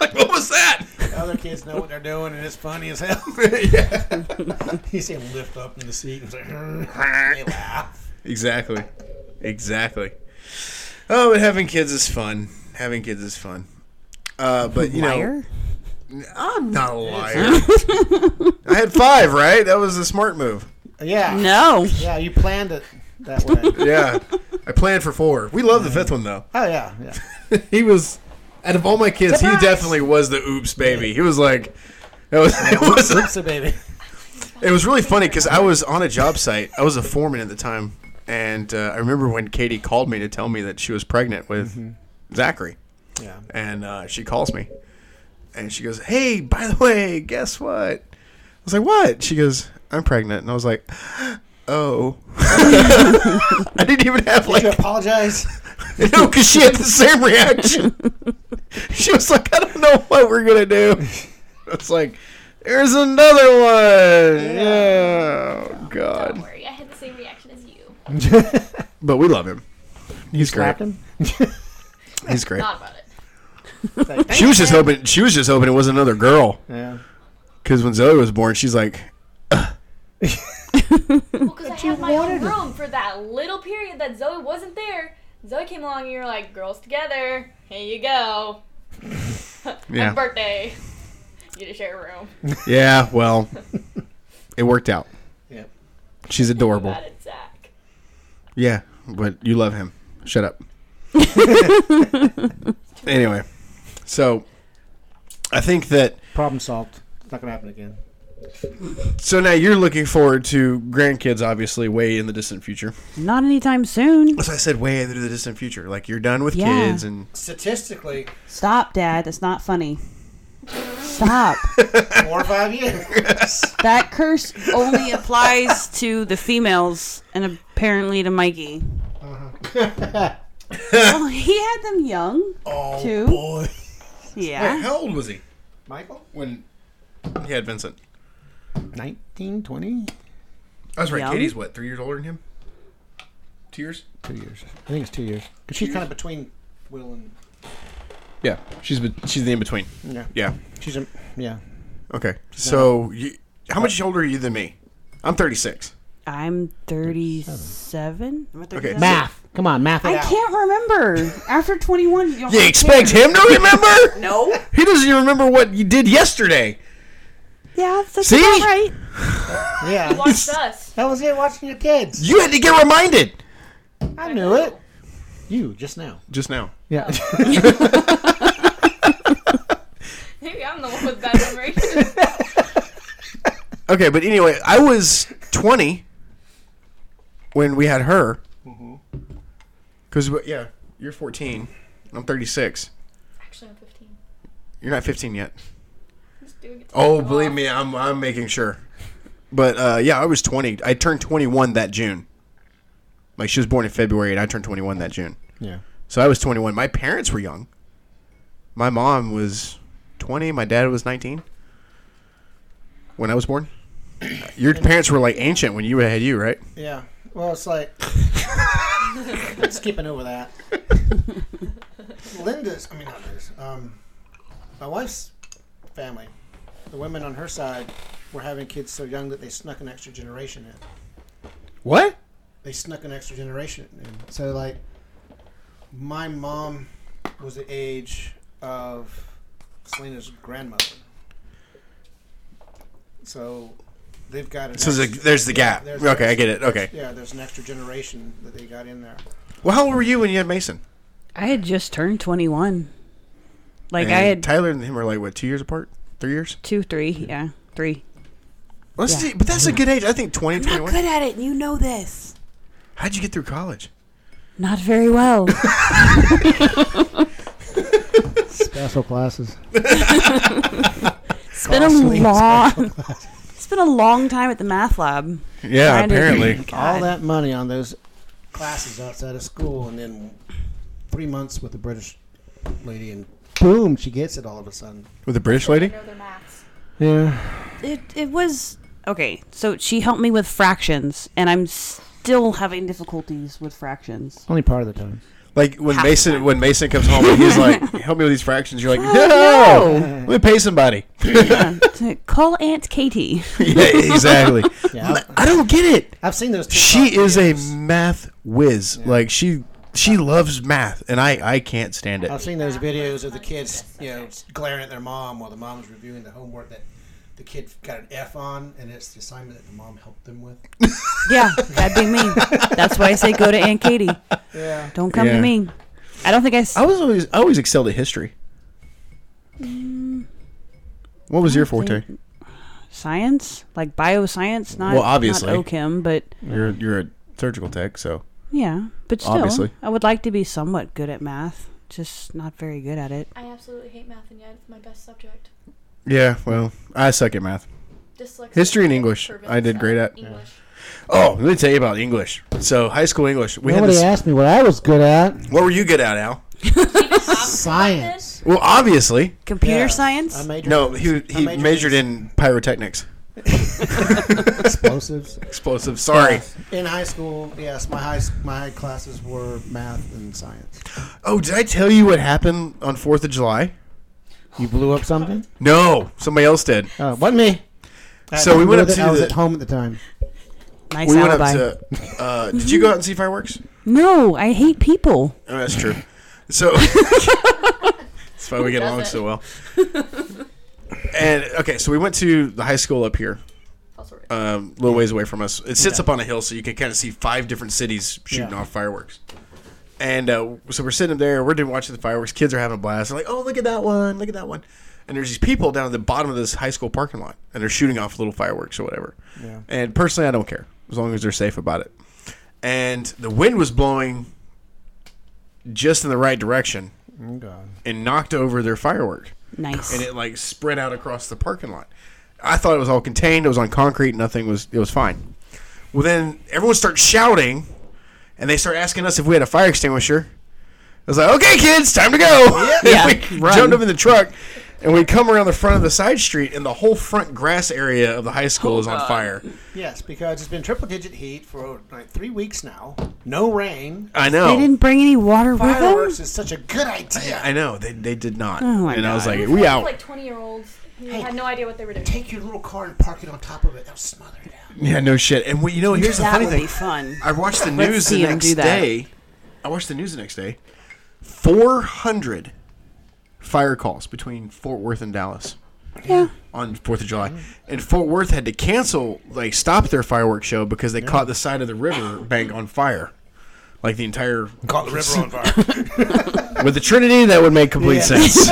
A: like what was that?"
B: That other kids know what they're doing, and it's funny as hell. you see him lift up in the seat and say, they laugh.
A: Exactly. Exactly. Oh, but having kids is fun. Having kids is fun. Uh, but you
C: Liar?
A: know, I'm not a liar. I had five, right? That was a smart move.
B: Yeah.
C: No.
B: Yeah, you planned it that way.
A: Yeah, I planned for four. We love the fifth one though.
B: oh yeah, yeah.
A: he was out of all my kids,
B: Surprise!
A: he definitely was the oops baby. He was like, it was, it was
B: Oops, baby.
A: It was really funny because I was on a job site. I was a foreman at the time, and uh, I remember when Katie called me to tell me that she was pregnant with Zachary,
B: Yeah.
A: and uh, she calls me, and she goes, "Hey, by the way, guess what?" I was like, "What?" She goes, "I'm pregnant," and I was like, "Oh." I didn't even have
B: Did
A: like
B: you apologize?
A: no, because she had the same reaction. she was like, I don't know what we're gonna do. It's like, there's another one. Yeah. Oh
E: Don't
A: God.
E: worry, I had the same reaction as you.
A: But we love him. He's great.
B: Slapped him?
A: He's great.
E: Not about it.
A: She was just hoping. She was just hoping it was another girl.
B: Yeah.
A: Because when Zoe was born, she's like,
E: Well, because I had my own room for that little period that Zoe wasn't there. Zoe came along and you were like, girls together, here you go.
A: Yeah.
E: Happy birthday. You to share a room.
A: Yeah, well, it worked out.
B: Yeah.
A: She's adorable.
E: That is Zach.
A: Yeah, but you love him. Shut up. anyway, so I think that
B: Problem solved. It's not gonna happen again.
A: So now you're looking forward to grandkids, obviously, way in the distant future.
C: Not anytime soon.
A: So I said way into the distant future. Like you're done with
C: Yeah.
A: kids and
B: Statistically,
C: Stop, Dad. That's not funny. Stop.
B: four or five years.
C: that curse only applies to the females and apparently to Mikey. well, he had them young,
A: oh
C: Two.
A: boy.
C: yeah.
A: How old was he
B: Michael,
A: when he had Vincent?
B: nineteen, twenty,
A: I was right.
C: Young.
A: Katie's what? Three years older than him. Two years.
B: two years. I think it's two years. 'Cause she's kind of between Will and
A: Yeah, she's be- she's the in between.
B: yeah.
A: Yeah.
B: She's a yeah.
A: Okay. So you, how much older are you than me? I'm 36.
C: I'm 37. Am I 37?
B: Math. Come on, math.
C: I can't remember. After 21, you, don't
A: You expect
C: care.
A: him to remember?
C: No.
A: He doesn't even remember what you did yesterday.
C: Yeah, that's
A: See?
C: about right.
B: Yeah.
E: Watched us.
B: That was it. Watching your kids.
A: You had to get reminded
B: I knew it. You just now.
A: just now.
B: Yeah.
E: Maybe I'm the one with bad memory.
A: Okay, but anyway, I was 20 when we had her. Because, yeah, you're 14. I'm 36.
E: Actually, I'm 15.
A: You're not 15 yet.
E: I'm just doing it. to
A: Oh,
E: piss you
A: believe
E: off.
A: me, I'm, I'm making sure. But, uh, yeah, I was 20. I turned 21 that June. Like, she was born in February, and I turned 21 that June.
B: yeah.
A: So I was 21. My parents were young. My mom was 20. My dad was 19 when I was born. Your parents were like ancient when you had you, right?
B: Yeah. Well, it's like skipping over that. Linda's. I mean, not Linda's. Um, my wife's family, the women on her side, were having kids so young that they snuck an extra generation in.
A: What?
B: They snuck an extra generation in. So like, my mom was the age of Selena's grandmother. So they've got an
A: So there's,
B: extra-
A: a, there's the gap.
B: there's an
A: okay, I
B: extra-
A: get it. Okay.
B: yeah, there's an extra generation that they got in there.
A: Well, how old were you when you had Mason?
C: I had just turned 21. Like, I
A: And
C: had
A: Tyler and him are like what, two years apart, three years?
C: two, three. Yeah, three.
A: Let's
C: Yeah. Mm-hmm.
A: see, but that's a good age. I think 20, 21.
C: at it, and you know this.
A: How'd you get through college?
C: Not very well.
B: Special classes.
C: It's been a long, it's been a long time at the math lab.
A: Yeah,
C: Trying to-
A: apparently.
B: All
C: God.
B: that money on those classes outside of school, and then three months with the British lady, and boom, she gets it all of a sudden.
A: With a British
E: I
A: lady?
E: know their maths.
B: Yeah.
C: It it was okay. So she helped me with fractions, and I'm still having difficulties with fractions.
A: Oh,
B: Only part of the time.
A: Like when
C: Half
A: Mason when Mason comes home and he's like, "Help me with these fractions." You're like, "No,
C: no.
A: let me pay somebody."
C: Call Aunt Katie.
A: yeah, exactly.
B: Yeah.
A: Like, I don't get it.
B: I've seen those.
A: She
B: TikTok
A: is a
B: videos.
A: math whiz. Like she she loves math, and I I can't stand it.
B: I've seen those videos of the kids, you know, glaring at their mom while the mom's reviewing the homework that the kid got an F on, and it's the assignment that the mom helped them with.
C: Yeah, that'd be me. That's why I say go to Aunt Katie.
B: Yeah.
C: Don't come
A: Yeah. Oh.
C: to me. I don't think I. S-
A: I was always I always excelled at history. Mm. What was your forte?
C: science, like bioscience, not
A: Well, obviously.
C: not OChem, but
A: You're you're a surgical tech, so
C: yeah, but still,
A: Obviously.
C: I would like to be somewhat good at math. Just not very good at it.
E: I absolutely hate math, and yet it's my best subject.
A: yeah. Well, I suck at math.
E: Dyslexia.
A: History and English,
E: prevents
A: I did
E: that.
A: great at.
E: English.
A: Oh, let me tell you about English. So high school English, we
F: Nobody
A: had this.
F: asked me what I was good at.
A: What were you good at, Al?
F: Science.
A: Well, obviously,
C: Computer
B: Yeah. I
C: science.
B: majored
A: no. He he
B: majored in-
A: majored in pyrotechnics,
F: Explosives.
A: explosives. Sorry.
B: in high school. Yes, my high s- my high classes were math and science.
A: Oh, did I tell you what happened on Fourth of July?
F: You blew up something?
A: No, somebody else did.
F: Uh, wasn't me.
B: I
A: So we
F: Blew
A: went up
F: it-
A: to
F: I was
A: the.
F: at home at the time.
C: nice
A: we went
C: alibi.
A: up to. Uh, did you go out and see fireworks?
C: no, I hate people.
A: Oh, that's true. So that's why we get along so well. And okay, so we went to the high school up here,
E: Also right.
A: um, a little ways away from us. It sits up on a hill, so you can kind of see five different cities shooting
B: Yeah.
A: off fireworks. And uh, so we're sitting up there, we're doing watching the fireworks. Kids are having a blast. They're like, "Oh, look at that one! Look at that one!" And there's these people down at the bottom of this high school parking lot, and they're shooting off little fireworks or whatever.
B: Yeah.
A: And personally, I don't care as long as they're safe about it. And the wind was blowing just in the right direction
B: Oh God.
A: and knocked over their firework
C: Nice.
A: and it like spread out across the parking lot. I thought it was all contained. It was on concrete. Nothing was. It was fine. Well, then everyone starts shouting, and they start asking us if we had a fire extinguisher. I was like, "Okay, kids, time to go."
C: Yeah.
A: we
C: Run.
A: jumped up in the truck, and we come around the front of the side street, and the whole front grass area of the high school
C: Oh,
A: is on fire.
B: Yes, because it's been triple digit heat for like three weeks now. No rain.
A: I
C: They
A: know.
C: didn't bring any water with them.
B: Fireworks is such a good idea.
A: I know. They, they did not.
C: Oh, my
A: and I was
C: God.
A: like,
E: It was
A: "We out."
E: Like twenty year olds who had no idea what they were doing.
B: Take your little car and park it on top of it. They'll smother it out.
A: Yeah, no shit. And we, you know, here's the
C: That
A: funny
C: would
A: thing.
C: be fun.
A: I watched the
C: Let's
A: news
C: see
A: the
C: him
A: next
C: do that.
A: day. I watched the news the next day. 400 fire calls between Fort Worth and Dallas.
C: Yeah.
A: On 4th of July. And Fort Worth had to cancel, like, stop their fireworks show because they caught the side of the river bank on fire. Like, the entire.
B: Caught the river on fire.
A: With the Trinity, that would make complete
B: Yeah.
A: sense.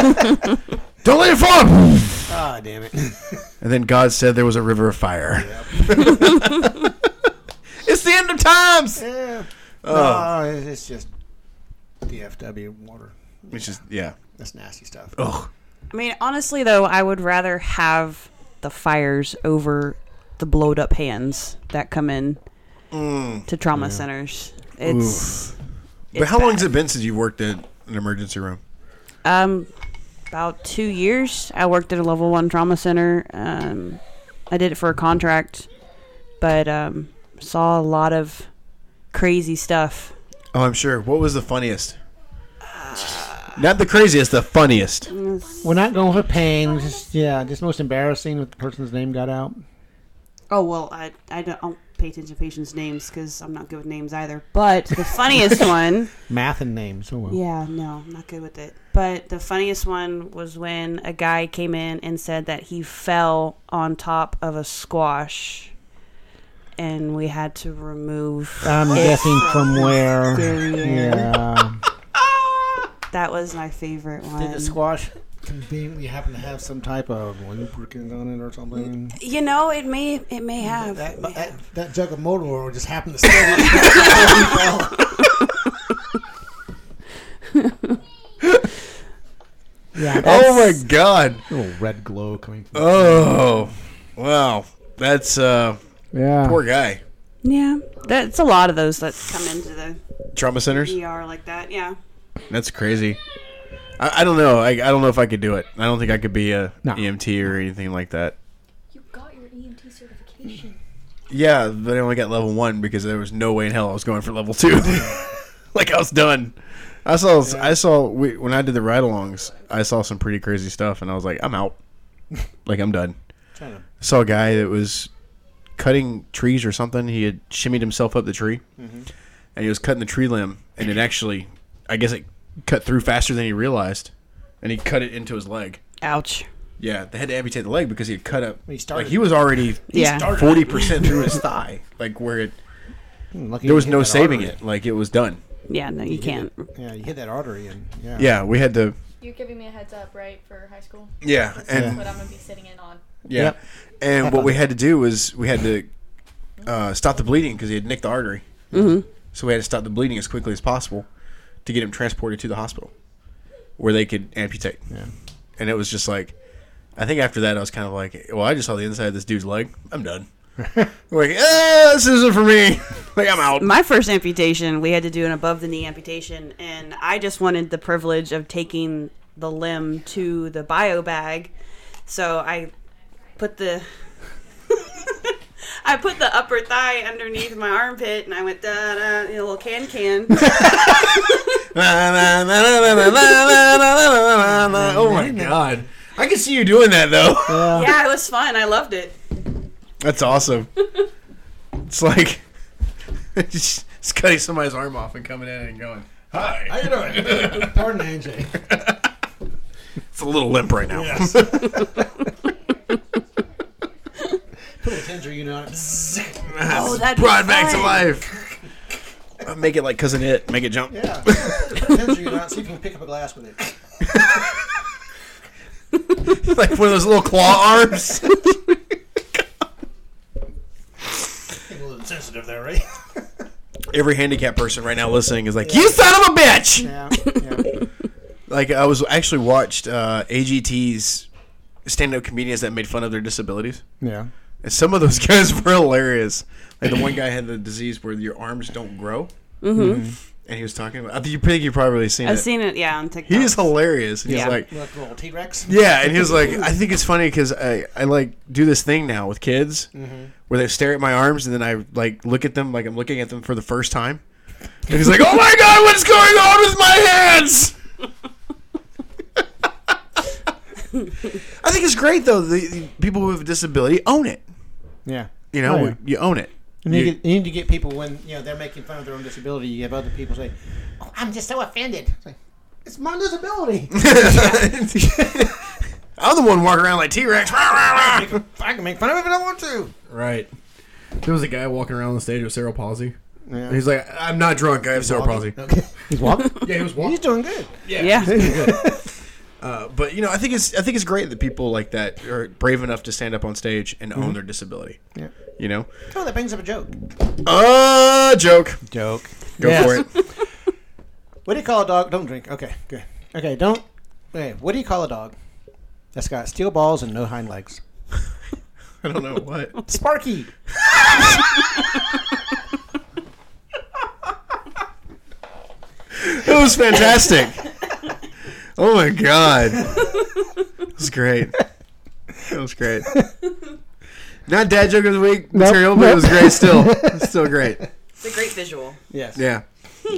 A: Don't let it fall!
B: Ah, damn it.
A: And then God said there was a river of fire. it's the end of times!
B: yeah. No, it's just DFW water.
A: Which is, yeah.
B: That's nasty stuff.
A: Ugh.
C: I mean, honestly, though, I would rather have the fires over the blowed up hands that come in to trauma centers. It's
A: But how long has it been since you've worked at an emergency room?
C: um, about two years. I worked at a level one trauma center. Um, I did it for a contract, but um, saw a lot of crazy stuff.
A: Oh, I'm sure. What was the funniest? Uh, Not the craziest, the funniest.
F: We're not going for pain. Just yeah, just most embarrassing that the person's name got out.
C: Oh well, I I don't, I don't pay attention to patients' names because I'm not good with names either. But the funniest one.
F: Math and names. Oh well.
C: Yeah, no, I'm not good with it. But the funniest one was when a guy came in and said that he fell on top of a squash and we had to remove
F: I'm guessing from where.
C: barrier.
F: Yeah.
C: That was my favorite
B: Did the
C: one.
B: squash conveniently happen to have some type of lubricant on it or something?
C: you know, it may it may have.
B: That, that, that jug of motor oil just happened to spill. on the ground.
F: Yeah.
A: Oh my god.
F: little red glow coming from.
A: Oh. Wow. That's uh
F: Yeah.
A: poor guy.
C: yeah. That's a lot of those that come into the
A: Trauma centers?
C: ER like that. Yeah.
A: That's crazy. I, I don't know. I, I don't know if I could do it. I don't think I could be a
F: No.
A: EMT or anything like that.
E: You got your EMT certification.
A: Yeah, but I only got level one because there was no way in hell I was going for level two. like I was done. I saw I saw we, when I did the ride-alongs, I saw some pretty crazy stuff, and I was like, I'm out, like I'm done.
B: China.
A: I saw a guy that was cutting trees or something. He had shimmied himself up the tree, and he was cutting the tree limb, and it actually, I guess, it cut through faster than he realized, and he cut it into his leg.
C: Ouch.
A: Yeah, they had to amputate the leg because he had cut up.
B: He started-
A: Like he was already
C: Yeah.
A: forty percent through his thigh, like where it
F: Lucky
B: Hmm,
A: there was
F: you hit
A: no
F: that
A: saving
F: artery.
A: it. Like it was done.
C: Yeah, no, you can't.
B: Yeah, you hit that artery and yeah.
A: Yeah, we had to.
E: You're giving me a heads up, right, for high school?
A: Yeah,
E: This is
A: and
E: what I'm gonna be sitting in on.
A: yeah,
F: Yep.
A: and what we had to do was we had to uh, stop the bleeding because he had nicked the artery.
F: Mm-hmm.
A: So we had to stop the bleeding as quickly as possible to get him transported to the hospital where they could amputate.
F: Yeah.
A: And it was just like, I think after that I was kind of like, well, I just saw the inside of this dude's leg. I'm done. like, eh, this isn't for me. like I'm out.
C: My first amputation, we had to do an above the knee amputation, and I just wanted the privilege of taking the limb to the bio bag. So I put the I put the upper thigh underneath my armpit, and I went da da, you know, little can can.
A: oh my god. I can see you doing that though.
F: Yeah.
C: yeah, it was fun. I loved it.
A: That's awesome. It's like just, just cutting somebody's arm off and coming in and going, "Hi."
B: How you doing? Pardon the handshake.
A: It's a little limp right now.
B: Put a tender unit on it.
A: oh,
C: that'd be
A: brought back to
C: fun.
A: life. Uh, Make it like cousin it. Make it jump.
B: Yeah. Put a tender unit on it. See if you can pick up a glass with it.
A: like one of those little claw arms.
B: Getting a little insensitive there, right?
A: Every handicapped person right now listening is like, "You son of a bitch!"
B: Yeah. yeah.
A: Like I was actually watched uh, AGT's stand-up comedians that made fun of their disabilities.
F: Yeah.
A: And some of those guys were hilarious. Like the one guy had the disease where your arms don't grow. Mm-hmm. And he was talking about. I think you think you probably seen
C: I've
A: it.
C: seen it, yeah, on TikTok.
A: He's hilarious. And
C: Yeah.
A: He's like,
B: Like a little T Rex.
A: yeah, and he was like, I think it's funny because I, I like do this thing now with kids where they stare at my arms and then I like look at them like I'm looking at them for the first time. And he's like, Oh my god, what's going on with my hands? I think it's great though. The, the people with a disability own it.
F: Yeah.
A: You know,
F: Oh, yeah.
A: you own it.
F: You need,
A: You-
F: to get, you need to get
B: Get people when you know they're making fun of their own disability. You have other people say, "Oh, I'm just so offended." It's, like, it's my disability.
A: I'm the one walking around like T Rex.
B: I can make fun of it if I want to.
A: right. There was a guy walking around on the stage with cerebral palsy.
B: Yeah.
A: And he's like, I'm not drunk. I have cerebral palsy.
B: Okay.
F: he's walking.
A: Yeah, he was
B: He's
A: walking.
B: doing good.
C: yeah.
A: Uh, but you know, I think it's I think it's great that people like that are brave enough to stand up on stage and own their disability.
B: Yeah.
A: You know,
B: Oh, that brings up a joke.
A: uh, joke.
F: Joke.
A: Go
F: Yes.
A: for it.
B: What do you call a dog? Don't drink. Okay, good. Okay, don't. Okay, what do you call a dog that's got steel balls and no hind legs?
A: I don't know what.
B: Sparky.
A: It was fantastic. Oh my god, it was great. It was great. Not dad joke of the week material, but it was great still. It's still great.
C: It's a great visual.
B: Yes.
A: Yeah.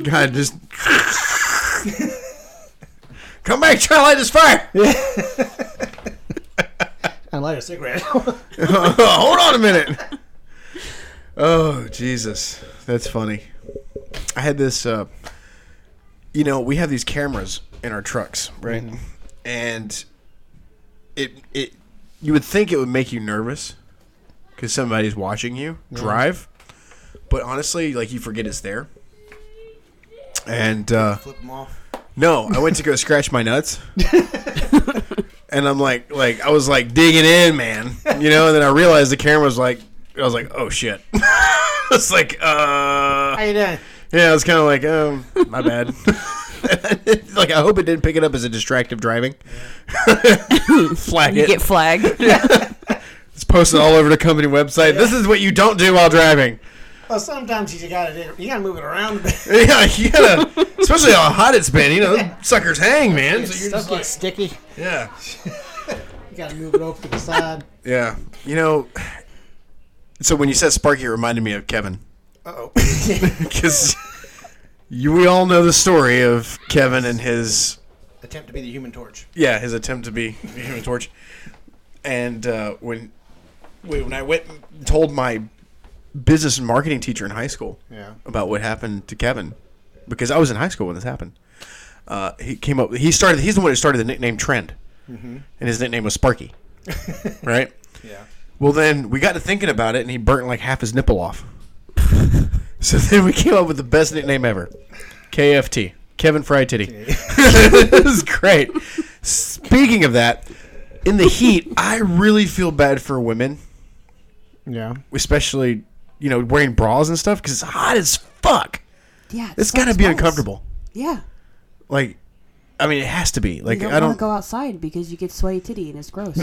A: God, just come back, try to light this fire.
B: And light a cigarette.
A: Hold on a minute. Oh Jesus, that's funny. I had this. Uh, you know, we have these cameras in our trucks, right? And it it you would think it would make you nervous because somebody's watching you drive, but honestly, like you forget it's there. And uh,
B: Flip them off.
A: no, I went to go scratch my nuts. and I'm like, like I was like digging in, man. You know, and then I realized the camera was like, I was like, oh shit. It's like,
B: How
A: uh,
B: you doing?
A: yeah, I was kind of like, um, my bad. like, I hope it didn't pick it up as a distractive driving. Flag
C: You
A: it.
C: get flagged.
A: it's posted all over the company website. This is what you don't do while driving.
B: Well, sometimes you gotta do- you gotta move it around.
A: Yeah, you gotta, especially how hot it's been. You know, suckers hang, man. So you're
B: Stuff
A: just
B: gets
A: like,
B: sticky.
A: yeah.
B: You gotta move it over to the side.
A: Yeah. You know, so when you said Sparky, it reminded me of Kevin.
B: Uh oh.
A: Because You, we all know the story of Kevin and his
B: Attempt to be the Human Torch.
A: yeah his attempt to be the Human Torch, and uh, when wait, when I went and told my business and marketing teacher in high school
B: Yeah.
A: about what happened to Kevin because I was in high school when this happened. Uh, he came up. He started. He's the one who started the nickname trend, and his nickname was Sparky, right?
B: Yeah.
A: Well, then we got to thinking about it, and he burnt like half his nipple off. so then we came up with the best nickname ever, KFT, Kevin Fried Titty. this is great. Speaking of that, in the heat, I really feel bad for women,
F: Yeah.
A: especially you know wearing bras and stuff because it's hot as fuck.
C: Yeah,
A: It's got to be uncomfortable.
C: Yeah,
A: Like, I mean, it has to be. Like,
C: you don't,
A: I
C: want
A: don't.
C: to go outside because you get sweaty titty and it's gross.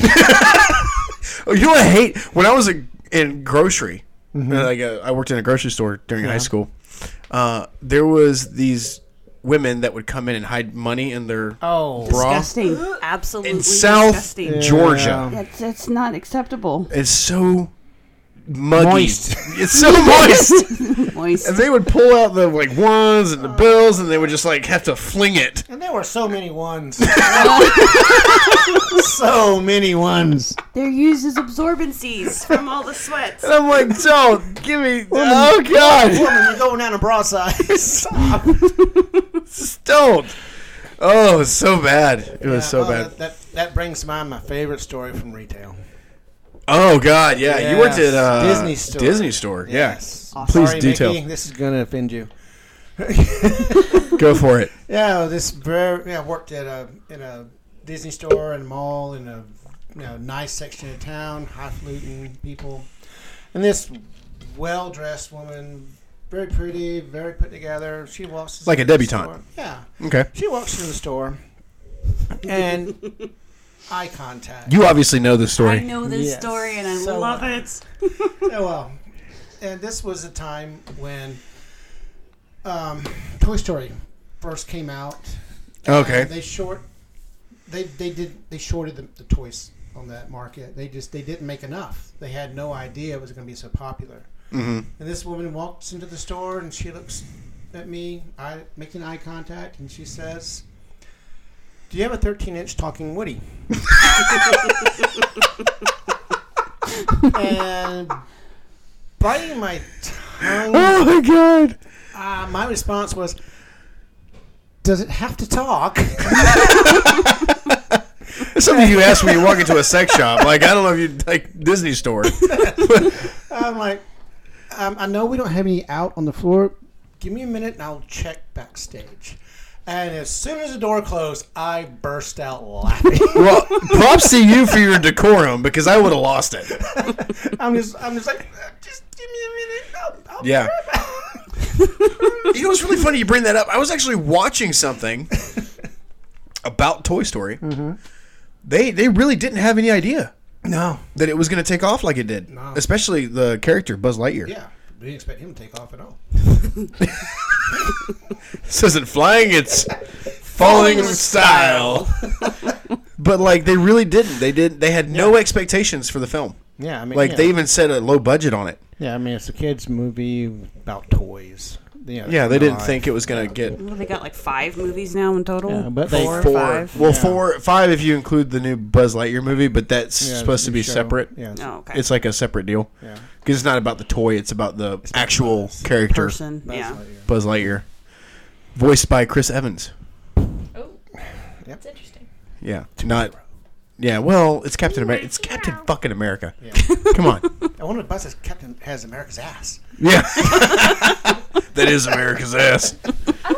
A: Oh, you know what I hate? When I was a, in grocery, uh, like uh, I worked in a grocery store during high school, uh, there was these women that would come in and hide money in their
F: Oh.
A: bra
C: disgusting. Absolutely
A: in South
C: disgusting.
A: Georgia.
C: That's, that's not acceptable.
A: It's so muggy.
F: Moist.
A: It's so moist.
C: Moist.
A: and they would pull out the like ones and the bills, and they would just like have to fling it.
B: And there were so many ones. so many ones.
C: They're used as absorbencies from all the sweats.
A: And I'm like, don't give me. Oh God.
B: Woman, you're going down a bra size. Stop.
A: Don't. Oh, it was so bad. It was so
B: Oh,
A: bad.
B: That, that, that brings to mind my favorite story from retail.
A: oh God, yeah. You worked at
B: Yes.
A: uh,
B: Disney Store.
A: Disney Store.
B: Awesome.
A: Please
B: Sorry,
A: detail.
B: Mickey, this is gonna offend you.
A: Yeah. Go for it.
B: Yeah, this very. Yeah, I worked at a in a Disney store and mall in a you know, nice section of town, highfalutin people, and this well dressed woman, very pretty, very put together. She walks into
A: Like a
B: the
A: debutante.
B: store. Yeah,
A: Okay.
B: she walks into the store, and eye contact.
A: You obviously know the story.
C: I know this
F: Yes.
C: story and I
B: So-
C: love it.
B: Oh well, and this was a time when um, Toy Story first came out.
A: Okay.
B: And they short. They they did they shorted the, the toys on that market. They just they didn't make enough. They had no idea it was going to be so popular.
A: Mhm.
B: And this woman walks into the store and she looks at me, I making eye contact, and she says. Do you have a 13 inch talking Woody? and biting my tongue,
A: Oh my God.
B: uh, my response was, Does it have to talk?
A: It's something you ask when you walk into a sex shop. Like I don't know if you like Disney Store.
B: I'm like, um, I know we don't have any out on the floor. Give me a minute and I'll check backstage. And as soon as the door closed, I burst out laughing.
A: Well, props to you for your decorum because I would have lost it.
B: I'm just, I'm just like, "Uh, just give me a minute. I'll, I'll
A: Yeah.
B: back."
A: You know, it's really funny you bring that up. I was actually watching something about Toy Story.
B: Mm-hmm.
A: They they really didn't have any idea
B: No.
A: that it was going to take off like it did,
B: No.
A: especially the character Buzz Lightyear.
B: Yeah. We didn't expect him to take off at all.
A: This isn't flying; it's falling in style. but like, they really didn't. They didn't. They had no expectations for the film.
F: Yeah. I mean,
A: Like
F: yeah.
A: they even set a low budget on it.
F: Yeah. I mean, it's a kids' movie about toys. Yeah.
A: Yeah, they didn't
F: not-
A: think it was going to get
C: Well, they got like five movies now in total.
F: Yeah, but they-
C: four, or
A: four.
C: five.
A: Well,
F: Yeah.
A: four, five if you include the new Buzz Lightyear movie, but that's
F: Yeah,
A: supposed to be
F: show.
A: separate.
F: Yeah. it's-
C: Oh, okay.
A: It's like a separate deal.
F: yeah.
A: Because it's not about the toy, it's about the actual character,
C: person. yeah.
A: Buzz Lightyear. Voiced by Chris Evans.
E: Oh,
B: Yep.
E: that's interesting.
A: Yeah. Not. Yeah, well, it's Captain America. It's Captain fucking America.
B: Yeah.
A: Come on.
B: I wonder if Buzz has Captain has America's ass.
A: Yeah. that is America's ass.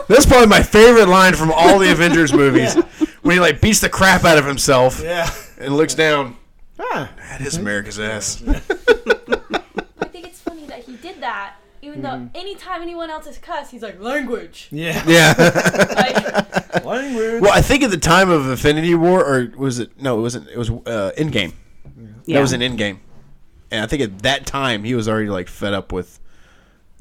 A: That's probably my favorite line from all the Avengers movies. When he, like, beats the crap out of himself
B: Yeah.
A: and looks down.
B: Ah,
A: That is America's ass.
E: I think it's funny that he did that, even though anytime anyone else is cussed, he's like, language.
F: Yeah.
A: Yeah.
E: Like,
F: Language.
A: Well, I think at the time of Infinity War, or was it? No, it wasn't. It was uh, Endgame.
C: Yeah.
A: That was an Endgame, and I think at that time he was already like fed up with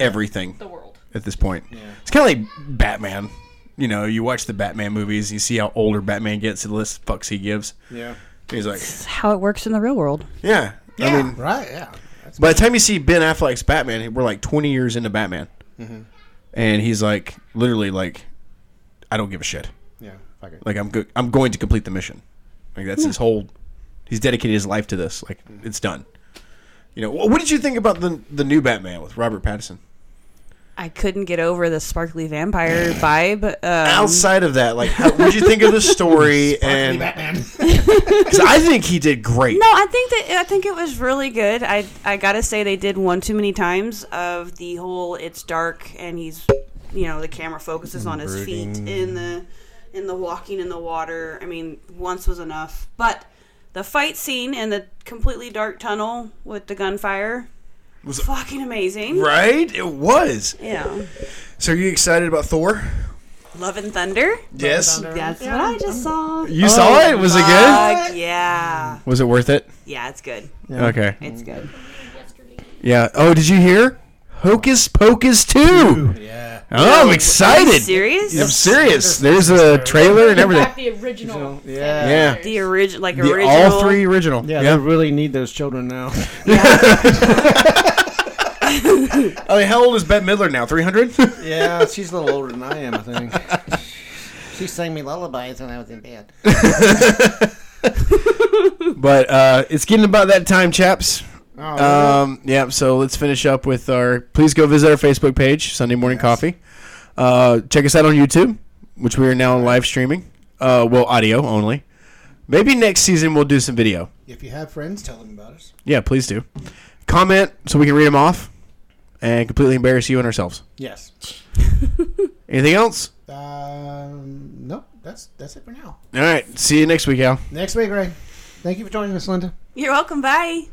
A: everything
E: the world.
A: at this point. It's kind of like Batman. You know, you watch the Batman movies, you see how older Batman gets, the less fucks he gives.
B: Yeah.
A: He's like,
C: That's how it works in the real world.
A: yeah. I mean,
B: right. Yeah. That's
A: by the time you see Ben Affleck's Batman, we're like twenty years into Batman, and he's like, literally, like, I don't give a shit.
B: Yeah, fuck it.
A: Like I'm go- I'm going to complete the mission. Like that's his whole. He's dedicated his life to this. Like it's done. You know. Wh- What did you think about the the new Batman with Robert Pattinson?
C: I couldn't get over the sparkly vampire vibe. Um,
A: Outside of that, like, how, what did you think of the story? and
B: Batman.
A: because I think he did great.
C: No, I think that I think it was really good. I I gotta say they did one too many times of the whole it's dark and he's you know the camera focuses on his feet in the in the walking in the water. I mean once was enough, but the fight scene in the completely dark tunnel with the gunfire was fucking amazing.
A: Right? It was.
C: Yeah,
A: So are you excited about Thor?
C: Love and Thunder. Oh
A: Yes.
C: That's what I just saw.
A: You saw it? Was it good?
C: Fuck yeah,
A: Was it worth it?
C: yeah, it's good.
A: Okay.
C: It's good.
A: Yeah. Oh, did you hear? Hocus Pocus 2.
B: yeah.
A: Oh, I'm
C: Are you
A: excited.
C: serious?
A: I'm serious. There's a trailer and everything.
E: Back the original.
B: Yeah.
A: Yeah.
C: The original, like
A: The,
C: original.
A: all three original.
F: Yeah, they really need those children now.
A: I mean, how old is Bette Midler now? 300?
B: Yeah, she's a little older than I am, I think.
F: she sang me lullabies when I was in bed.
A: but uh, it's getting about that time, chaps.
B: Oh,
A: Um, yeah, so let's finish up with our. Please go visit our Facebook page, Sunday Morning Coffee. Uh, check us out on YouTube, which we are now live streaming. Uh, well, audio only. Maybe next season we'll do some video.
B: if you have friends, tell them about us.
A: Yeah, please do. Comment so we can read them off and completely embarrass you and ourselves.
B: Yes.
A: Anything else?
B: Um, nope. That's that's it for now.
A: All right. See you next week, Al.
B: Next week, Ray. Thank you for joining us, Linda.
C: You're welcome. Bye.